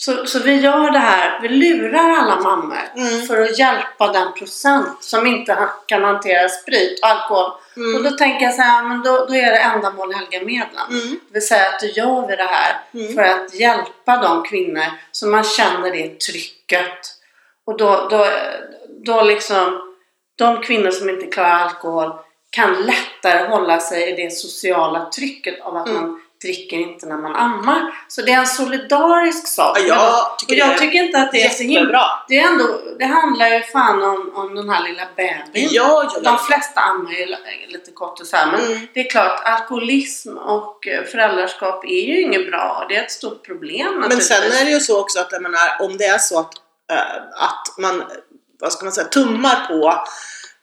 S2: Så, så vi gör det här, vi lurar alla mammor
S1: Mm.
S2: för att hjälpa den procent som inte ha- kan hantera sprit och alkohol.
S1: Mm.
S2: Och då tänker jag så här, men då, då är det ändamål helga medlen.
S1: Mm.
S2: Det vill säga att då gör vi det här
S1: Mm.
S2: för att hjälpa de kvinnor som man känner det trycket. Och då, då, då liksom, de kvinnor som inte klarar alkohol kan lättare hålla sig i det sociala trycket av att
S1: Mm.
S2: man dricker inte när man ammar. Så det är en solidarisk sak.
S1: Ja, jag tycker
S2: och jag
S1: det är
S2: tycker inte att det är så himla
S1: Jättebra.
S2: det, är ändå, det handlar ju fan om, om den här lilla bebisen.
S1: Ja, ja,
S2: Mm. De
S1: ja.
S2: flesta ammar ju lite kort och så här, men
S1: Mm.
S2: det är klart alkoholism och eh, föräldraskap är ju inget bra och det är ett stort problem
S1: Men
S2: naturligtvis.
S1: sen är det ju så också att jag menar, om det är så att, eh, att man eh, vad ska man säga, tummar på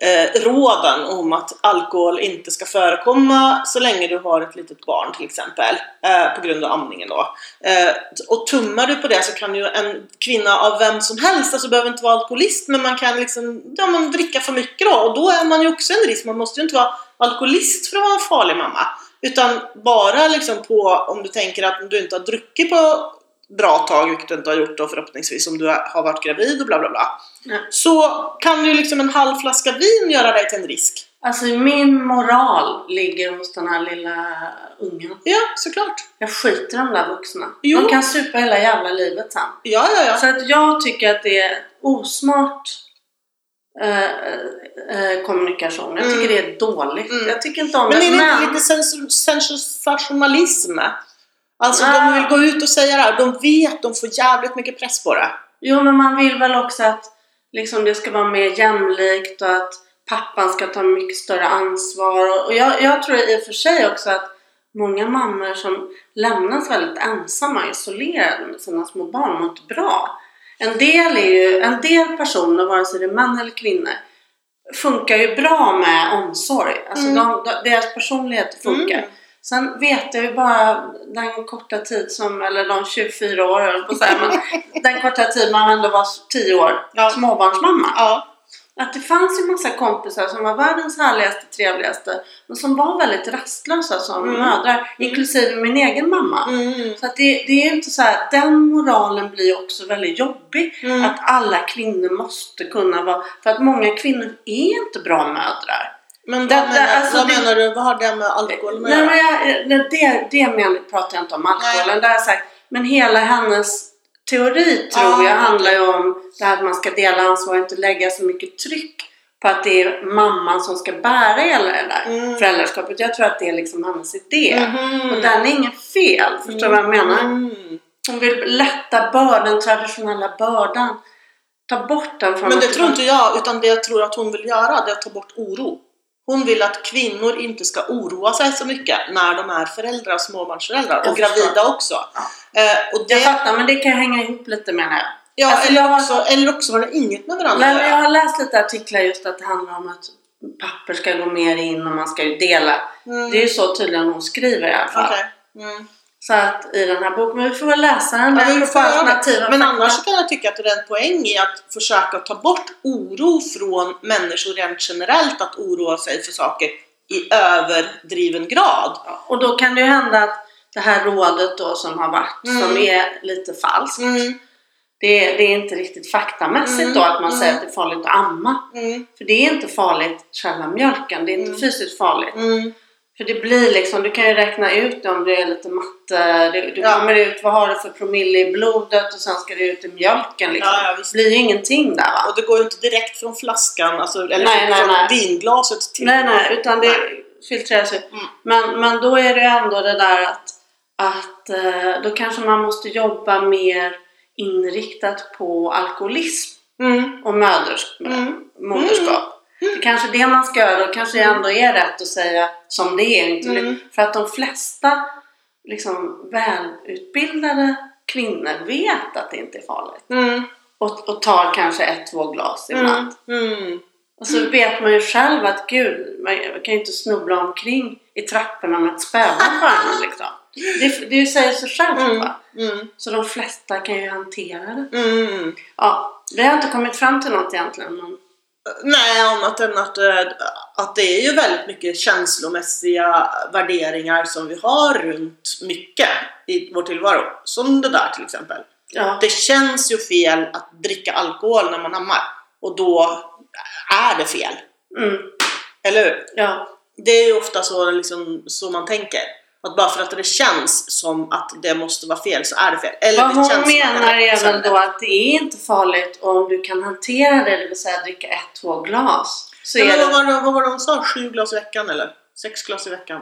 S1: eh, råden om att alkohol inte ska förekomma så länge du har ett litet barn till exempel, eh, på grund av amningen då. Eh, och tummar du på det så kan ju en kvinna av vem som helst, alltså behöver inte vara alkoholist, men man kan liksom, ja man dricka för mycket då och då är man ju också en risk. Man måste ju inte vara alkoholist för att vara en farlig mamma. Utan bara liksom på, om du tänker att du inte har druckit på bra tag, vilket du inte har gjort då förhoppningsvis om du har varit gravid och bla bla bla.
S2: Ja.
S1: Så kan ju liksom en halv flaska vin göra dig till en risk.
S2: Alltså min moral ligger hos den här lilla ungen.
S1: Ja, såklart.
S2: Jag skiter i de där vuxna.
S1: Jo.
S2: De kan supa hela jävla livet sen.
S1: Ja, ja, ja.
S2: Så att jag tycker att det är osmart eh, eh, kommunikation. Jag tycker
S1: Mm.
S2: det är dåligt.
S1: Mm.
S2: Jag tycker inte om
S1: Men är
S2: det.
S1: det inte
S2: Men
S1: lite sens- sensationalism? Alltså
S2: Nej.
S1: de vill gå ut och säga det här. De vet, de får jävligt mycket press på det.
S2: Jo, men man vill väl också att liksom, det ska vara mer jämlikt och att pappan ska ta mycket större ansvar. Och- Och jag, jag tror i och för sig också att många mammor som lämnas väldigt ensamma och isolerade med sina små barn mår inte bra. En del, är ju, en del personer, vare sig det är män eller kvinnor, funkar ju bra med omsorg. Alltså
S1: Mm.
S2: de, de, deras personlighet funkar.
S1: Mm.
S2: Sen vet jag ju bara den korta tid som, eller de 24 år höll jag på att säga, men den korta tid man ändå var 10 år,
S1: Ja.
S2: småbarnsmamma.
S1: Ja.
S2: Att det fanns ju massa kompisar som var världens härligaste, trevligaste, men som var väldigt rastlösa som
S1: Mm.
S2: mödrar, inklusive min egen mamma.
S1: Mm.
S2: Så att det, det är ju inte så här, den moralen blir också väldigt jobbig.
S1: Mm.
S2: Att alla kvinnor måste kunna vara, för att många kvinnor är inte bra mödrar.
S1: Men vad,
S2: Det- det-
S1: menar,
S2: alltså
S1: vad
S2: det-
S1: menar du? Vad har det med alkohol att
S2: Nej,
S1: göra?
S2: men jag, nej, det, det men, pratar jag inte om alkoholen. Det har jag sagt. Men hela hennes teori tror
S1: Ja.
S2: jag handlar ju om det här att man ska dela ansvar och inte lägga så mycket tryck på att det är mamman som ska bära hela det där
S1: Mm.
S2: föräldraskapet. Jag tror att det är liksom hennes idé.
S1: Mhm.
S2: Och den är inget fel, förstår du vad jag menar?
S1: Mm.
S2: Hon vill lätta bördan, den traditionella bördan. Ta bort den från
S1: Men det
S2: att-
S1: tror inte jag, utan det jag tror att hon vill göra det är att ta bort oro. Hon vill att kvinnor inte ska oroa sig så mycket när de är föräldrar, småbarnsföräldrar och
S2: Jag förstår.
S1: gravida också. Eh, och
S2: Jag
S1: det,
S2: fattar, men det kan hänga ihop lite menar jag.
S1: ja,
S2: alltså, jag
S1: eller,
S2: har-
S1: också, eller också har det inget med varandra
S2: Men
S1: att
S2: jag
S1: göra.
S2: har läst lite artiklar just att det handlar om att papper ska gå mer in och man ska ju dela.
S1: Mm.
S2: Det är ju så tydligen hon skriver i alla fall.
S1: Okej. Mm.
S2: Så att i den här boken, men vi får väl läsa den
S1: Ja,
S2: där
S1: men vi
S2: för
S1: får göra det.
S2: alternativa
S1: Men
S2: fakta.
S1: annars så kan jag tycka att det är en poäng i att försöka ta bort oro från människor rent generellt att oroa sig för saker i överdriven grad.
S2: Och då kan det ju hända att det här rådet då som har varit,
S1: Mm.
S2: som är lite falskt.
S1: Mm.
S2: Det, är, det är inte riktigt faktamässigt
S1: Mm.
S2: då att man
S1: Mm.
S2: säger att det är farligt att amma.
S1: Mm.
S2: För det är inte farligt själva mjölken, det är inte
S1: Mm.
S2: fysiskt farligt.
S1: Mm.
S2: För det blir liksom, du kan ju räkna ut det om du är lite matte, du, du
S1: Ja.
S2: kommer ut, vad har du för promille i blodet och sen ska det ut i mjölken liksom.
S1: Ja, ja,
S2: Det
S1: visst.
S2: blir ju ingenting där va?
S1: Och det går ju inte direkt från flaskan, alltså, eller
S2: Nej, nej,
S1: från
S2: nej.
S1: vinglaset till...
S2: Nej, nej, utan det
S1: Nej.
S2: filtreras ju.
S1: Mm.
S2: Men, men då är det ju ändå det där att, att eh, då kanske man måste jobba mer inriktat på alkoholism
S1: Mm.
S2: och möders,
S1: Mm.
S2: moderskap. Det kanske är det man ska göra och kanske
S1: Mm.
S2: ändå är rätt att säga som det är. Inte
S1: Mm.
S2: För att de flesta liksom, välutbildade kvinnor vet att det inte är farligt.
S1: Mm.
S2: Och, och tar kanske ett, två glas ibland.
S1: Mm. Mm.
S2: Och så vet man ju själv att gud, man kan ju inte snubbla omkring i trapporna med ett spädbarn på armen liksom. Det, det säger sig självt
S1: Mm.
S2: va?
S1: Mm.
S2: Så de flesta kan ju hantera det.
S1: Mm.
S2: Ja, vi har inte kommit fram till något egentligen. Men...
S1: Nej, annat än att, eh, att det är ju väldigt mycket känslomässiga värderingar som vi har runt mycket i vår tillvaro. Som det där till exempel.
S2: Ja.
S1: Det känns ju fel att dricka alkohol när man ammar och då är det fel.
S2: Mm,
S1: Eller hur?
S2: ja.
S1: Det är ju ofta så, liksom, så man tänker. Att bara för att det känns som att det måste vara fel så är det fel. Eller
S2: Vad
S1: det
S2: hon
S1: känns som att
S2: menar
S1: det
S2: är väl
S1: sönder.
S2: då att det är inte farligt om du kan hantera det, det vill säga dricka ett, två glas. Så
S1: Nej,
S2: är
S1: men vad,
S2: det...
S1: var det, vad var det hon sa? Sju glas i veckan eller? Sex glas i veckan?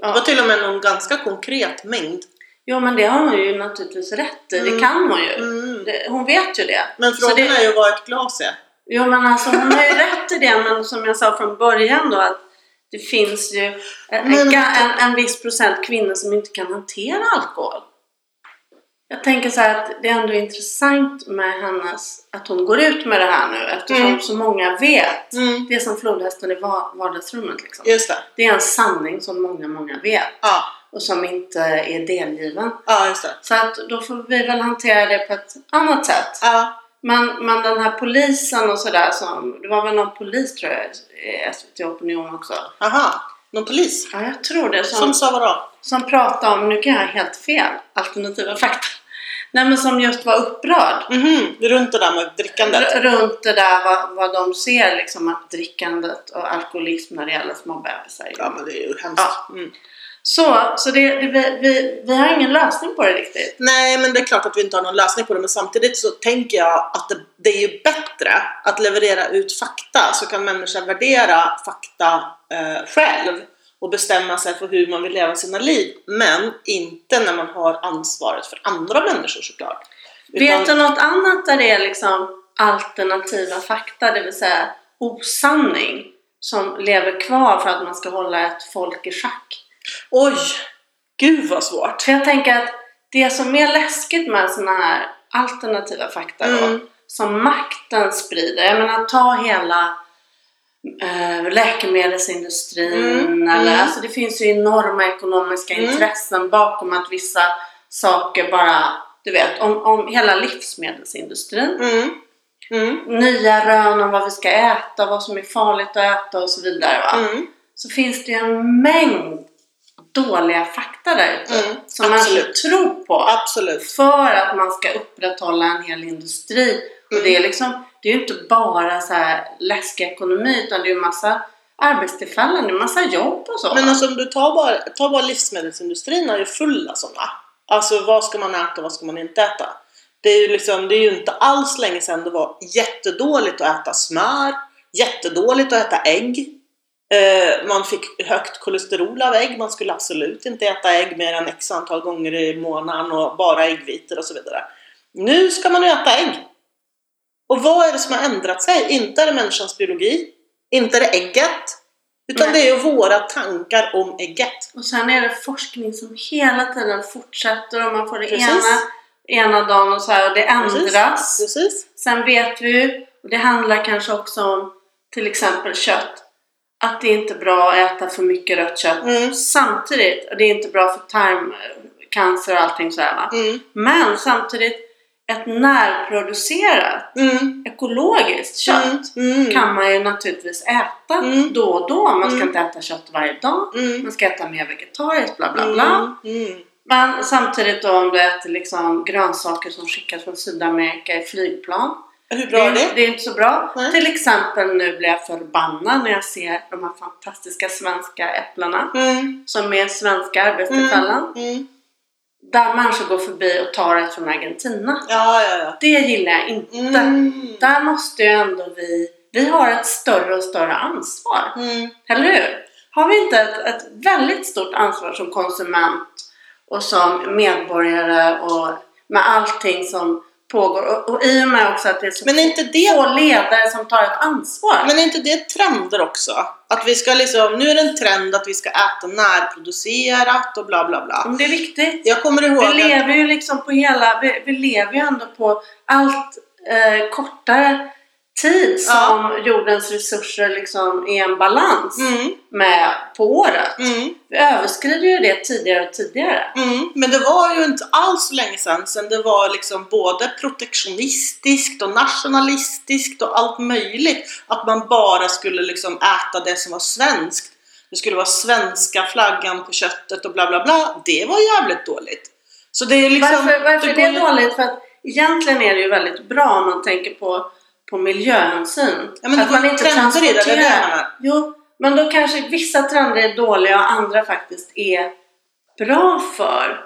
S1: Det var
S2: Ja.
S1: till och med någon ganska konkret mängd.
S2: Jo men det har hon ju naturligtvis rätt i,
S1: Mm.
S2: det kan hon ju.
S1: Mm.
S2: Det- Hon vet ju det.
S1: Men
S2: Så
S1: frågan
S2: det-
S1: är ju vad ett glas är.
S2: Jo men alltså hon har ju rätt i det men som jag sa från början då att det finns ju en, en,
S1: Men-
S2: ga- en, en viss procent kvinnor som inte kan hantera alkohol. Jag tänker så här att det är ändå intressant med hennes, att hon går ut med det här nu eftersom
S1: Mm.
S2: så många vet.
S1: Mm.
S2: Det är som flodhästen i va- vardagsrummet liksom.
S1: Just det.
S2: Det är en sanning som många, många vet
S1: Ja,
S2: och som inte är delgiven.
S1: ja just det.
S2: Så att då får vi väl hantera det på ett annat sätt.
S1: Ja,
S2: Men, men den här polisen och sådär som... Det var väl någon polis tror jag i SVT Opinion också.
S1: aha. Någon polis?
S2: Ja, jag tror det. Som,
S1: Som
S2: som...
S1: sa vadå?
S2: pratade om, nu kan jag ha helt fel, alternativa fakta. Nej men som just var upprörd.
S1: Mhm, runt det där med drickandet.
S2: R- runt det där vad, vad de ser liksom att drickandet och alkoholism när det gäller små bebisar.
S1: Ja, men det är ju hemskt.
S2: Ja.
S1: Mm.
S2: Så, så det, det, vi, vi, vi har ingen lösning på det riktigt.
S1: Nej, men det är klart att vi inte har någon lösning på det, men samtidigt så tänker jag att det, det är ju bättre att leverera ut fakta, så kan människan värdera fakta eh, själv och bestämma sig för hur man vill leva sina liv, men inte när man har ansvaret för andra människor såklart.
S2: Vet du något annat där det är liksom alternativa fakta, det vill säga osanning som lever kvar för att man ska hålla ett folk i schack?
S1: Oj! Gud vad svårt!
S2: För jag tänker att det som är läskigt med såna här alternativa fakta då,
S1: Mm.
S2: som makten sprider, jag menar ta hela eh, läkemedelsindustrin,
S1: Mm,
S2: Eller,
S1: mm.
S2: Alltså, det finns ju enorma ekonomiska
S1: Mm.
S2: intressen bakom att vissa saker bara, du vet, om, om hela livsmedelsindustrin
S1: Mm. Mm.
S2: nya rön om vad vi ska äta, vad som är farligt att äta och så vidare. Va?
S1: Mm.
S2: Så finns det ju en mängd dåliga fakta där ute
S1: Mm,
S2: som
S1: absolut.
S2: människor tror på
S1: Absolut!
S2: för att man ska upprätthålla en hel industri. Och
S1: Mm.
S2: det är liksom, det är ju inte bara så här läskig ekonomi utan det är ju massa arbetstillfällen, det är massa jobb och så.
S1: Men
S2: va?
S1: alltså om du tar bara, tar bara livsmedelsindustrin är ju full av sådana. Alltså vad ska man äta och vad ska man inte äta? Det är ju, liksom, det är ju inte alls länge sedan det var jättedåligt att äta smör, jättedåligt att äta ägg. Eh, man fick högt kolesterol av ägg, man skulle absolut inte äta ägg mer än x antal gånger i månaden och bara äggvitor och så vidare. Nu ska man ju äta ägg! Och vad är det som har ändrat sig? Inte är det människans biologi, inte är det ägget, utan
S2: Nej.
S1: det är ju våra tankar om ägget.
S2: Och sen är det forskning som hela tiden fortsätter och man får det
S1: Precis.
S2: ena, ena dagen och så här och det ändras.
S1: Precis.
S2: Sen vet vi ju, och det handlar kanske också om till exempel kött, att det är inte bra att äta för mycket rött kött.
S1: Mm.
S2: Samtidigt, och det är inte bra för tarmcancer och allting sådär va.
S1: Mm.
S2: Men samtidigt, ett närproducerat,
S1: Mm.
S2: ekologiskt kött
S1: Mm. Mm.
S2: kan man ju naturligtvis äta
S1: Mm.
S2: då och då. Man ska
S1: Mm.
S2: inte äta kött varje dag.
S1: Mm.
S2: Man ska äta mer vegetariskt, bla bla bla.
S1: Mm.
S2: Men samtidigt då om du äter liksom grönsaker som skickas från Sydamerika i flygplan.
S1: Hur bra är
S2: det,
S1: det?
S2: det är inte så bra.
S1: Nej.
S2: Till exempel nu blir jag förbannad när jag ser de här fantastiska svenska äpplena
S1: Mm.
S2: som är svenska arbetstillfällen.
S1: Mm.
S2: Där människor går förbi och tar ett från Argentina.
S1: Ja, ja, ja.
S2: Det gillar jag inte.
S1: Mm.
S2: Där måste ju ändå vi... Vi har ett större och större ansvar.
S1: Mm.
S2: Eller hur? Har vi inte ett, ett väldigt stort ansvar som konsument och som medborgare och med allting som pågår? Och, och i och med också att det är så
S1: Men är inte det
S2: få ledare som tar ett ansvar.
S1: Men är inte det trender också? Att vi ska liksom, nu är det en trend att vi ska äta närproducerat och bla bla bla.
S2: Men det är viktigt.
S1: Jag kommer ihåg
S2: Vi
S1: att,
S2: lever ju liksom på hela, vi, vi lever ju ändå på allt eh, kortare tid som jordens resurser liksom är en balans
S1: mm,
S2: med på året.
S1: mm,
S2: Vi överskrider ju det tidigare och tidigare.
S1: mm. Men det var ju inte alls så länge sedan, sen det var liksom både protektionistiskt och nationalistiskt och allt möjligt. Att man bara skulle liksom äta det som var svenskt. Det skulle vara svenska flaggan på köttet och bla bla bla. Det var jävligt dåligt. Så det är liksom...
S2: varför varför är
S1: går
S2: det
S1: ju-
S2: dåligt? För att egentligen är det ju väldigt bra om man tänker på, på miljöhänsyn.
S1: Ja, men det
S2: att
S1: går ju trender i det, det är det jag menar.
S2: Jo, men då kanske vissa trender är dåliga och andra faktiskt är bra för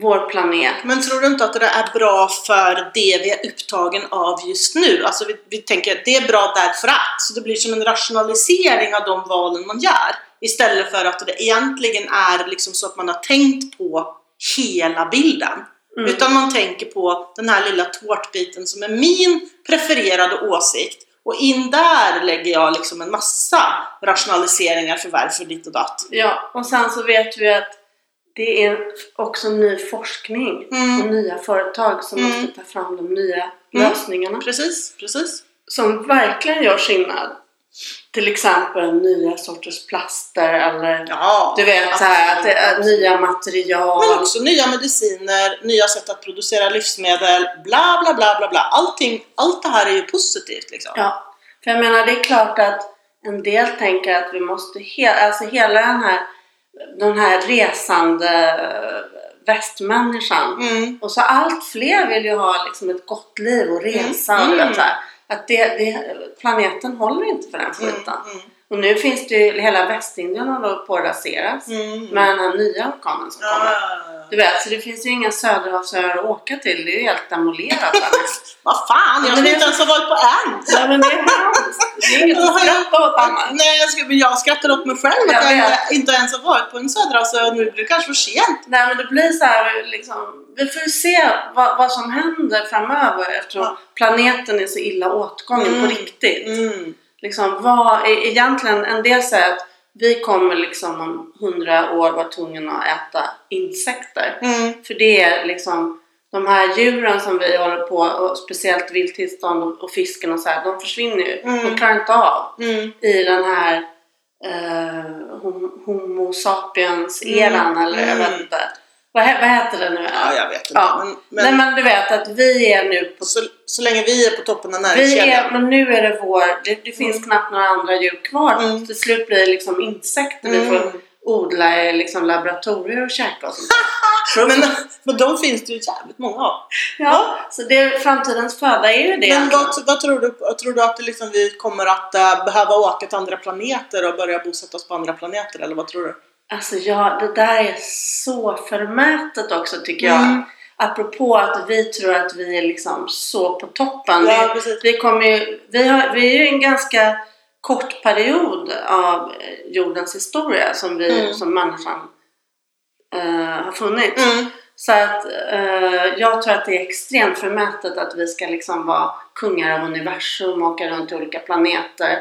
S2: vår planet.
S1: Men tror du inte att det där är bra för det vi är upptagen av just nu? Alltså vi, vi tänker att det är bra därför att. Så det blir som en rationalisering av de valen man gör. Istället för att det egentligen är liksom så att man har tänkt på hela bilden.
S2: Mm.
S1: Utan man tänker på den här lilla tårtbiten som är min prefererade åsikt. Och in där lägger jag liksom en massa rationaliseringar för varför ditt och datt.
S2: Ja, och sen så vet vi att det är också ny forskning
S1: Mm.
S2: och nya företag som
S1: Mm.
S2: måste ta fram de nya
S1: Mm.
S2: lösningarna
S1: Precis, precis.
S2: som verkligen gör skillnad. Till exempel nya sorters plaster eller
S1: Ja,
S2: du vet så här, att det är nya material.
S1: Men också nya mediciner, nya sätt att producera livsmedel, bla bla bla bla bla. Allting, allt det här är ju positivt liksom.
S2: Ja, för jag menar det är klart att en del tänker att vi måste, he- alltså hela den här, den här resande eh, västmänniskan.
S1: Mm.
S2: Och så allt fler vill ju ha liksom ett gott liv och resa.
S1: Mm.
S2: Och
S1: Mm.
S2: vet, så här. Att det, det, planeten håller inte för den
S1: Mm.
S2: skiten. Och nu finns det ju, hela Västindien håller på att raseras.
S1: Mm. Mm.
S2: Med den här nya orkanen som
S1: Ja,
S2: kommer.
S1: ja, ja,
S2: Du
S1: ja.
S2: vet, så det finns ju inga söderhavsöar att åka till. Det är ju helt demolerat där nu.
S1: Vad fan, jag
S2: Men
S1: skulle
S2: det-
S1: inte ens ha varit på en!
S2: Nej men det är hemskt. Det är inget att skratta åt annars.
S1: Nej, jag, skulle, men jag skrattar åt mig själv
S2: Jag
S1: att jag
S2: vet.
S1: inte, inte ens har varit på en söderhavsö. Nu blir det kanske för sent.
S2: Nej men det blir så här liksom. Vi får ju se vad, vad som händer framöver eftersom
S1: Ja.
S2: planeten är så illa åtgången
S1: Mm.
S2: på riktigt.
S1: Mm.
S2: liksom, vad, e- egentligen, en del säger att vi kommer liksom om hundra år vara tvungna att äta insekter.
S1: Mm.
S2: För det är liksom de här djuren som vi håller på, och speciellt vilttillstånd och, och fisken och så här, de försvinner ju.
S1: Mm.
S2: De klarar inte av
S1: Mm.
S2: i den här eh, hom- Homo sapiens-eran
S1: Mm.
S2: eller jag vet
S1: Mm.
S2: inte. Vad, he- vad heter det nu?
S1: Ja, jag vet inte.
S2: Ja.
S1: Men, men,
S2: Nej men du vet att vi är nu på
S1: så, så länge vi är på toppen av
S2: vi
S1: näringskedjan.
S2: är, men nu är det vår, det, det finns knappt några andra djur kvar.
S1: Mm.
S2: Till slut blir det liksom insekter vi
S1: Mm.
S2: får odla i liksom laboratorier och käka och sånt där.
S1: Men, men de finns det ju jävligt många av.
S2: ja, så det, framtidens föda är ju det.
S1: Men vad, vad tror du, tror du att det liksom vi kommer att eh, behöva åka till andra planeter och börja bosätta oss på andra planeter? Eller vad tror du?
S2: Alltså ja, det där är så förmätet också tycker jag.
S1: Mm.
S2: Apropå att vi tror att vi är liksom så på toppen.
S1: Ja,
S2: Vi-
S1: precis.
S2: vi, kommer ju, vi, har, vi är ju en ganska kort period av eh, jordens historia som vi
S1: Mm.
S2: som människan eh, har funnits.
S1: Mm.
S2: Så att eh, jag tror att det är extremt förmätet att vi ska liksom vara kungar av universum och åka runt till olika planeter.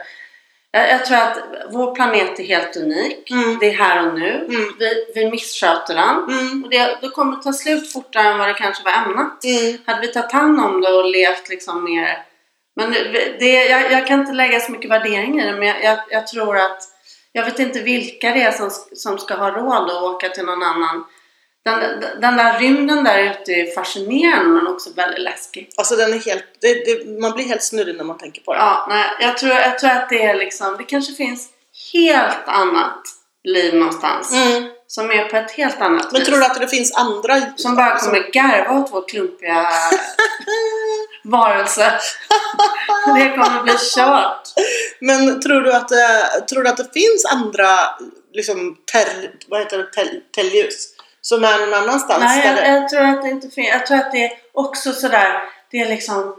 S2: Jag, jag tror att vår planet är helt unik.
S1: Mm.
S2: Det är här och nu.
S1: Mm.
S2: Vi, vi missköter den.
S1: Mm.
S2: Och det, det kommer ta slut fortare än vad det kanske var ämnat.
S1: Mm.
S2: Hade vi tagit hand om det och levt liksom mer... Men nu- det, jag, jag kan inte lägga så mycket värdering i det, men jag, jag, jag tror att... Jag vet inte vilka det är som, som ska ha råd att åka till någon annan. Den, den- den där rymden där ute är fascinerande men också väldigt läskig.
S1: Alltså den är helt, det, det, man blir helt snurrig när man tänker på det.
S2: Ja, nej, jag, tror, jag tror att det är liksom... Det kanske finns helt annat liv någonstans.
S1: Mm.
S2: Som är på ett helt annat
S1: Men
S2: vis.
S1: tror du att det finns andra
S2: Som bara kommer garva åt vår klumpiga varelse. Det kommer bli kört.
S1: Men tror du att, eh, tror du att det finns andra liksom, ter, vad heter det, tel, telljus som är någon annanstans?
S2: Nej,
S1: där det-
S2: jag, jag tror att det inte finns. Jag tror att det är också sådär, det är liksom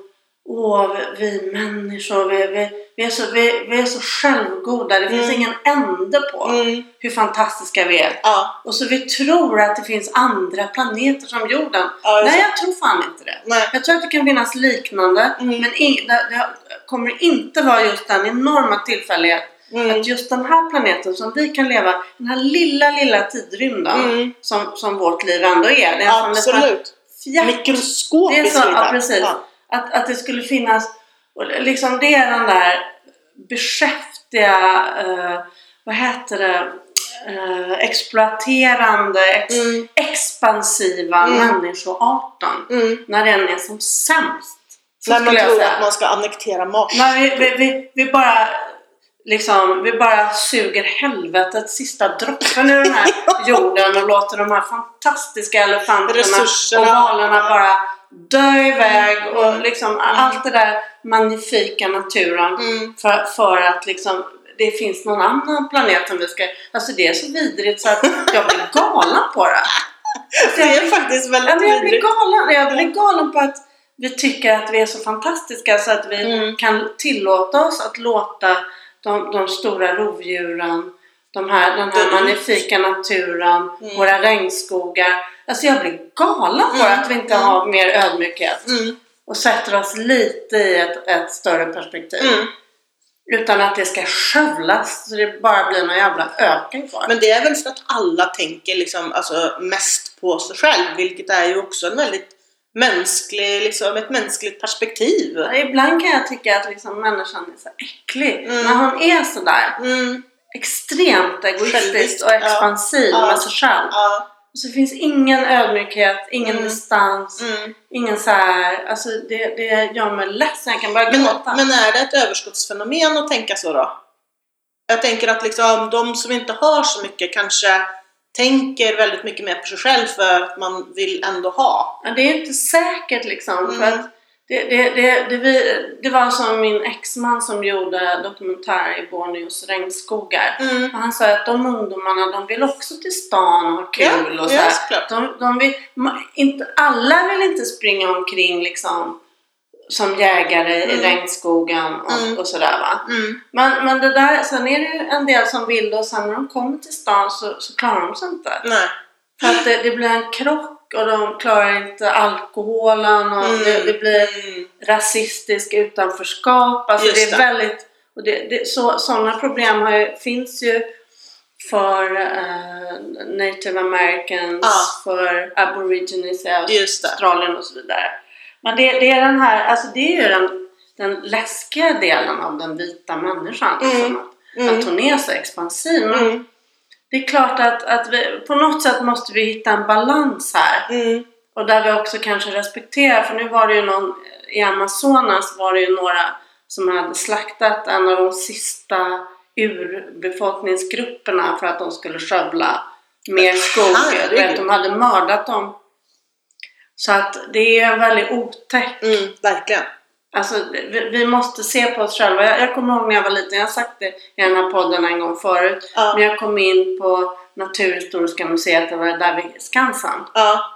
S2: Åh, vi- vi människor, vi, vi, vi, är så, vi, vi är så självgoda. Det finns
S1: Mm.
S2: ingen ände på
S1: Mm.
S2: hur fantastiska vi är.
S1: Ja,
S2: Och så vi tror att det finns andra planeter som jorden.
S1: Ja, just
S2: Nej,
S1: det.
S2: jag tror fan inte det.
S1: nej.
S2: Jag tror att det kan finnas liknande,
S1: Mm.
S2: men ing, det, det kommer inte vara just den enorma tillfällighet
S1: Mm.
S2: att just den här planeten som vi kan leva, den här lilla, lilla tidrymden
S1: Mm.
S2: som, som vårt liv ändå är. Det är som en liten
S1: Absolut.
S2: fjärt. Det är
S1: Mikroskopiskt
S2: så, ja,
S1: liten.
S2: precis.
S1: Ja.
S2: Att, att det skulle finnas, och liksom det är den där beskäftiga, eh, vad heter det, eh, exploaterande, ex,
S1: Mm.
S2: expansiva
S1: Mm.
S2: människoarten.
S1: Mm.
S2: När den är som sämst. Så
S1: När man
S2: skulle jag
S1: tror
S2: säga.
S1: att man ska annektera Mars.
S2: Nej, vi, vi, vi, vi bara liksom, vi bara suger helvetet sista droppen ur den här jorden och låter de här fantastiska elefanterna
S1: Resurserna.
S2: och valarna bara dö iväg och
S1: Mm.
S2: liksom allt det där magnifika naturen
S1: Mm.
S2: för, för att liksom det finns någon annan planet som vi ska... Alltså det är så vidrigt så att jag blir galen på det. Alltså,
S1: Det
S2: jag
S1: är
S2: blir-
S1: faktiskt
S2: Ja, men jag
S1: väldigt
S2: blir
S1: vidrigt.
S2: galen. Jag blir galen på att vi tycker att vi är så fantastiska så att vi
S1: Mm.
S2: kan tillåta oss att låta de, de stora rovdjuren, de här, den här
S1: Mm.
S2: magnifika naturen,
S1: Mm.
S2: våra regnskogar. Alltså jag blir galen på
S1: Mm.
S2: att vi inte
S1: Mm.
S2: har mer ödmjukhet
S1: Mm.
S2: och sätter oss lite i ett, ett större perspektiv.
S1: Mm.
S2: Utan att det ska skövlas så det bara blir någon jävla öken kvar.
S1: Men det är väl för att alla tänker liksom, alltså, mest på sig själv, vilket är ju också en väldigt mänsklig, liksom, ett mänskligt perspektiv.
S2: Ja, Ibland kan jag tycka att liksom människan är så äcklig.
S1: Mm.
S2: När hon är sådär
S1: Mm,
S2: extremt
S1: Självisk,
S2: egoistisk och
S1: ja.
S2: expansiv
S1: Ja.
S2: med sig själv.
S1: ja,
S2: Så det finns ingen ödmjukhet, ingen
S1: Mm.
S2: distans,
S1: mm.
S2: ingen så här, alltså det, det gör mig ledsen, jag kan börja
S1: Men,
S2: gråta.
S1: men är det ett överskottsfenomen att tänka så då? Jag tänker att liksom, de som inte har så mycket kanske tänker väldigt mycket mer på sig själv för att man vill ändå ha.
S2: Ja, det är inte säkert liksom.
S1: Mm.
S2: För att det, det, det, det, vi, det var som min exman som gjorde dokumentär i Borneos regnskogar.
S1: Mm.
S2: Och han sa att de ungdomarna de vill också till stan och ha kul
S1: Ja,
S2: och så
S1: ja,
S2: här.
S1: såklart.
S2: de, de vill, ma- inte, Alla vill inte springa omkring liksom som jägare i
S1: Mm.
S2: regnskogen och,
S1: Mm.
S2: och sådär va.
S1: Mm.
S2: Men, men det där, sen är det ju en del som vill det och sen när de kommer till stan så, så klarar de sig inte.
S1: Nej.
S2: För att det, det blir en krock och de klarar inte alkoholen och
S1: Mm.
S2: det, det blir
S1: Mm.
S2: rasistiskt utanförskap. Alltså
S1: Just
S2: det är
S1: det.
S2: väldigt... Och det, det, så, sådana problem har ju, finns ju för eh, native americans,
S1: Ja.
S2: för aborigines i
S1: Just det.
S2: Australien och så vidare. Men det, det är den här, alltså det är ju den, den läskiga delen av den vita människan.
S1: Mm.
S2: Liksom, att, att
S1: Mm.
S2: hon är så expansiv. Men
S1: Mm.
S2: det är klart att, att vi, på något sätt måste vi hitta en balans här.
S1: Mm.
S2: Och där vi också kanske respekterar, för nu var det ju någon, i Amazonas var det ju några som hade slaktat en av de sista urbefolkningsgrupperna för att de skulle skövla mer skog. Du vet, de hade mördat dem. Så att det är en väldigt otäck...
S1: Mm. Verkligen.
S2: Alltså, vi, vi måste se på oss själva. Jag, jag kommer ihåg när jag var liten, jag har sagt det i den här podden en gång förut.
S1: Ja.
S2: När jag kom in på Naturhistoriska museet, det var där vid Skansen.
S1: Ja.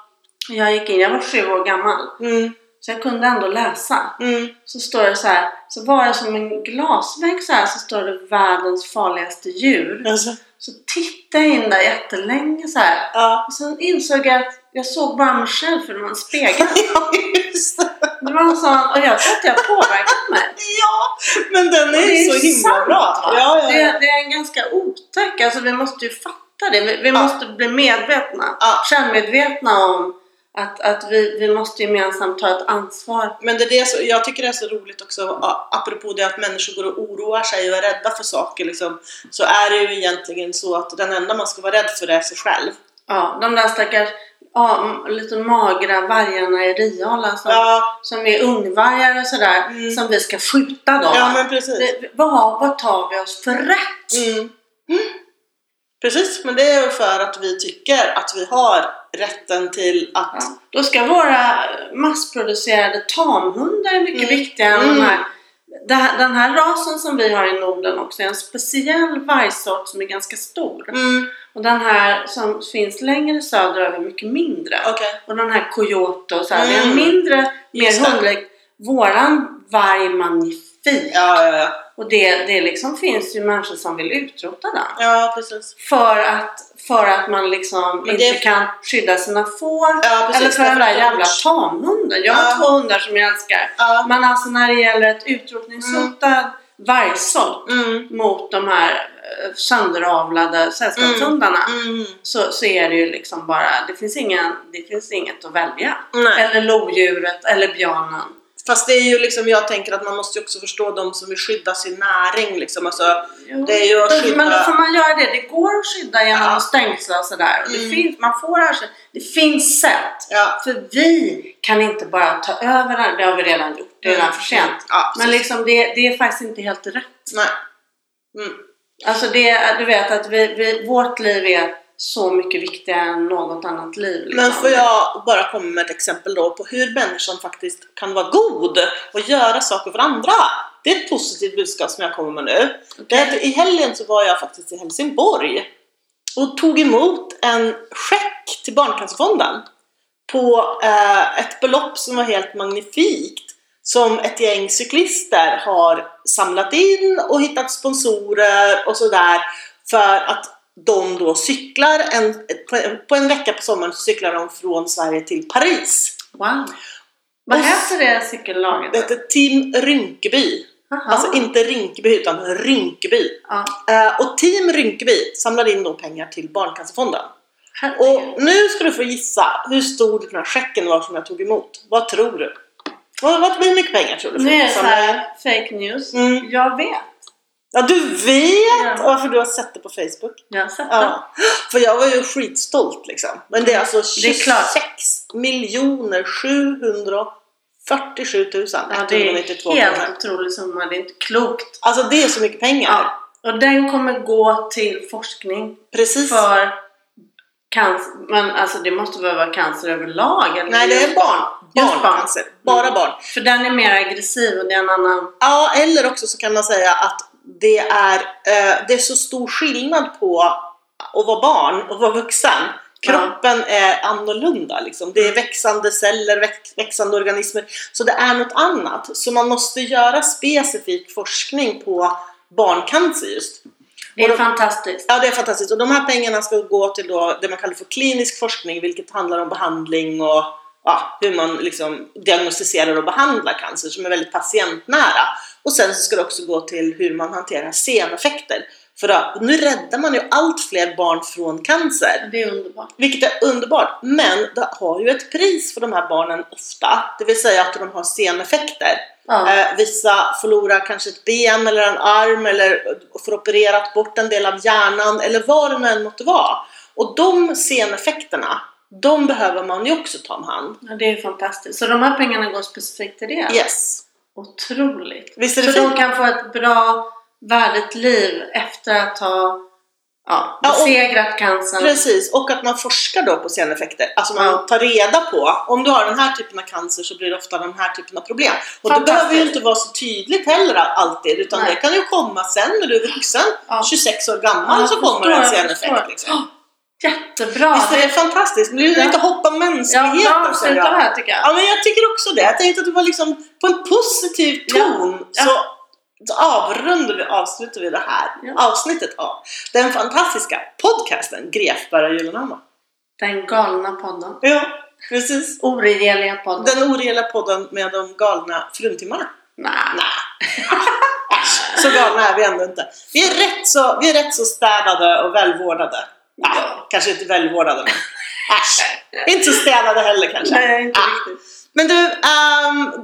S2: Och Jag gick in, jag var sju år gammal,
S1: Mm.
S2: så jag kunde ändå läsa.
S1: Mm.
S2: Så står det så här, så var det som en glasvägg så här, så står det världens farligaste djur.
S1: Alltså,
S2: Så tittade jag in där jättelänge så här.
S1: ja.
S2: Och sen insåg jag att jag såg bara mig själv för det var en spegel.
S1: ja, just det.
S2: Det var en sån, och jag tror att jag påverkat mig.
S1: Ja, men den är,
S2: Och
S1: ju så
S2: ju
S1: himla
S2: sant,
S1: bra.
S2: va?
S1: Ja, ja,
S2: Det,
S1: ja.
S2: är- det är en ganska otäck, alltså vi måste ju fatta det. Vi, vi
S1: Ja.
S2: måste bli medvetna,
S1: Ja.
S2: självmedvetna om att, att vi, vi måste gemensamt ta ett ansvar.
S1: Men det är det så, jag tycker det är så roligt också, a- apropå det att människor går och oroar sig och är rädda för saker, liksom, så är det ju egentligen så att den enda man ska vara rädd för är sig själv.
S2: Ja, de där stackars ja, m- lite magra vargarna i Riala som,
S1: Ja,
S2: som är ungvargar och sådär,
S1: Mm.
S2: som vi ska skjuta då.
S1: ja
S2: va?
S1: men precis.
S2: Det- vad, vad tar vi oss för rätt?
S1: Mm. Mm. Precis, men det är ju för att vi tycker att vi har rätten till att...
S2: Ja. Då ska våra massproducerade tamhundar är mycket
S1: Mm.
S2: viktigare än de
S1: Mm.
S2: här. Det här- Den här rasen som vi har i Norden också är en speciell vargsort som är ganska stor.
S1: Mm.
S2: Och den här som finns längre söderöver är mycket mindre.
S1: Okej.
S2: Och den här Coyote och så här, det är en
S1: Mm.
S2: mindre, mer
S1: Just det.
S2: hundlik. Våran varg är magnifik.
S1: Ja, ja, ja.
S2: Och det, det liksom finns ju människor som vill utrota den.
S1: Ja, precis.
S2: För att, för att man liksom
S1: Men det-
S2: inte kan skydda sina får.
S1: Ja, precis.
S2: Eller för den
S1: Därför
S2: där
S1: att de-
S2: jävla tamhunden. Jag har
S1: Ja.
S2: två hundar som jag älskar.
S1: Ja.
S2: Men alltså när det gäller ett utrotningshotat vargsort
S1: Mm.
S2: mot de här eh, sönderavlade sällskapshundarna.
S1: Mm.
S2: Så, så är det ju liksom bara, det finns, ingen, det finns inget att välja.
S1: Nej.
S2: Eller lodjuret eller björnen.
S1: Fast det är ju liksom, jag tänker att man måste ju också förstå de som vill skydda sin näring liksom. Alltså,
S2: Jo,
S1: Det är ju att
S2: men-
S1: skydda-
S2: Men då får man göra det. Det går att skydda genom
S1: Ja.
S2: att stängsla och sådär. Och det
S1: Mm.
S2: finns, man får ersättning. Det finns sätt.
S1: ja.
S2: För vi kan inte bara ta över den. Det har vi redan gjort. Det är redan för sent.
S1: Mm. Ja,
S2: Men
S1: men liksom,
S2: liksom det, det är faktiskt inte helt rätt.
S1: nej. Mm.
S2: Alltså det, du vet att vi, vi, vårt liv är så mycket viktigare än något annat liv. Liksom.
S1: Men får jag bara komma med ett exempel då på hur människan faktiskt kan vara god och göra saker för andra. Det är ett positivt budskap som jag kommer med nu. Det är att I helgen så var jag faktiskt i Helsingborg och tog emot en check till Barncancerfonden på eh, ett belopp som var helt magnifikt som ett gäng cyklister har samlat in och hittat sponsorer och sådär för att de då cyklar en, på- på en vecka på sommaren så cyklar de från Sverige till Paris.
S2: Wow! Vad
S1: Och-
S2: heter det cykellaget?
S1: Det heter Team Rynkeby.
S2: Jaha.
S1: Alltså inte Rinkeby utan Rynkeby.
S2: ja.
S1: Eh, och Team Rynkeby samlade in då pengar till Barncancerfonden.
S2: Herregud.
S1: Och nu ska du få gissa hur stor den här checken var som jag tog emot. Vad tror du? Vad, vad blir mycket pengar tror du?
S2: Nu är det så
S1: Som-
S2: här fake news.
S1: Mm.
S2: Jag vet.
S1: Ja, du vet!
S2: Ja.
S1: Varför du har sett det på Facebook.
S2: Jag har sett det.
S1: Ja. För jag var ju skitstolt liksom. Men det är alltså
S2: Det är
S1: 26
S2: klart.
S1: miljoner 747 000
S2: Ja, det är
S1: 192 kronor.
S2: helt otroligt summa. Det är inte klokt.
S1: Alltså det är så mycket pengar.
S2: Ja. Och den kommer gå till forskning
S1: Precis.
S2: för cancer. Men alltså det måste väl vara cancer överlag? Eller
S1: Nej, det är
S2: just
S1: barn.
S2: Just barn.
S1: Barncancer. Bara
S2: Mm.
S1: barn.
S2: För den är mer aggressiv och det är en annan...
S1: Ja, eller också så kan man säga att det är, eh, det är så stor skillnad på att vara barn och vara vuxen. Kroppen är annorlunda liksom. Det är växande celler, väx- växande organismer. Så det är något annat. Så man måste göra specifik forskning på barncancer just.
S2: Det är
S1: Och då-
S2: fantastiskt.
S1: Ja, det är fantastiskt. Och de här pengarna ska gå till då det man kallar för klinisk forskning, vilket handlar om behandling och ja, hur man liksom diagnostiserar och behandlar cancer som är väldigt patientnära. Och sen så ska det också gå till hur man hanterar seneffekter. För att nu räddar man ju allt fler barn från cancer,
S2: Det är underbart.
S1: vilket är underbart. Men det har ju ett pris för de här barnen ofta, det vill säga att de har seneffekter.
S2: Ja.
S1: Eh, vissa förlorar kanske ett ben eller en arm eller får opererat bort en del av hjärnan eller vad det nu än måste vara. Och de seneffekterna, de behöver man ju också ta om hand.
S2: Ja, det är fantastiskt. Så de här pengarna går specifikt till det?
S1: Yes.
S2: Otroligt!
S1: Visst är det
S2: Så
S1: fint?
S2: de kan få ett bra, värdigt liv efter att ha ja,
S1: Ja, och-
S2: besegrat cancern.
S1: Precis, och att man forskar då på seneffekter. Alltså man
S2: Ja.
S1: tar reda på, om du har den här typen av cancer så blir det ofta den här typen av problem. Och det
S2: Fantastiskt.
S1: behöver ju inte vara så tydligt heller alltid, utan
S2: Nej.
S1: det kan ju komma sen när du är vuxen,
S2: Ja.
S1: 26 år gammal,
S2: Ja,
S1: så
S2: jag
S1: kommer
S2: förstår,
S1: en
S2: jag
S1: seneffekt.
S2: förstår.
S1: Liksom.
S2: Jättebra!
S1: Visst är det fantastiskt? Nu är det
S2: Ja.
S1: inte hoppa
S2: ja,
S1: mänskligheten
S2: jag
S1: säger
S2: avslutar
S1: jag.
S2: här tycker jag.
S1: Ja, men jag tycker också det. Jag tänkte att det var liksom på en positiv
S2: Ja.
S1: ton
S2: Ja.
S1: så så avrundar vi, avslutar vi det här
S2: Ja.
S1: avsnittet av den fantastiska podcasten Grefberg och Gyllenhammar.
S2: Den galna podden.
S1: Ja, precis.
S2: Oregeliga podden.
S1: Den oreella podden med de galna fruntimmarna.
S2: Nej.
S1: Så galna är vi ändå inte. Vi är rätt så, vi är rätt så städade och välvårdade. Ah, Kanske inte välvårdade men äsch. Inte så städade heller kanske.
S2: Nej, inte
S1: Ah.
S2: riktigt.
S1: Men du, ehm,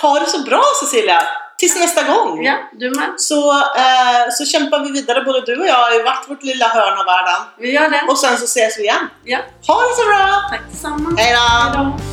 S1: ha det så bra Cecilia! Tills nästa gång!
S2: Ja, du med.
S1: Så, eh, så kämpar vi vidare både du och jag i vart vårt lilla hörn av världen.
S2: Vi gör det.
S1: Och sen så ses vi igen.
S2: Ja,
S1: Ha det så bra!
S2: tack detsamma.
S1: Hej då!
S2: Hej då.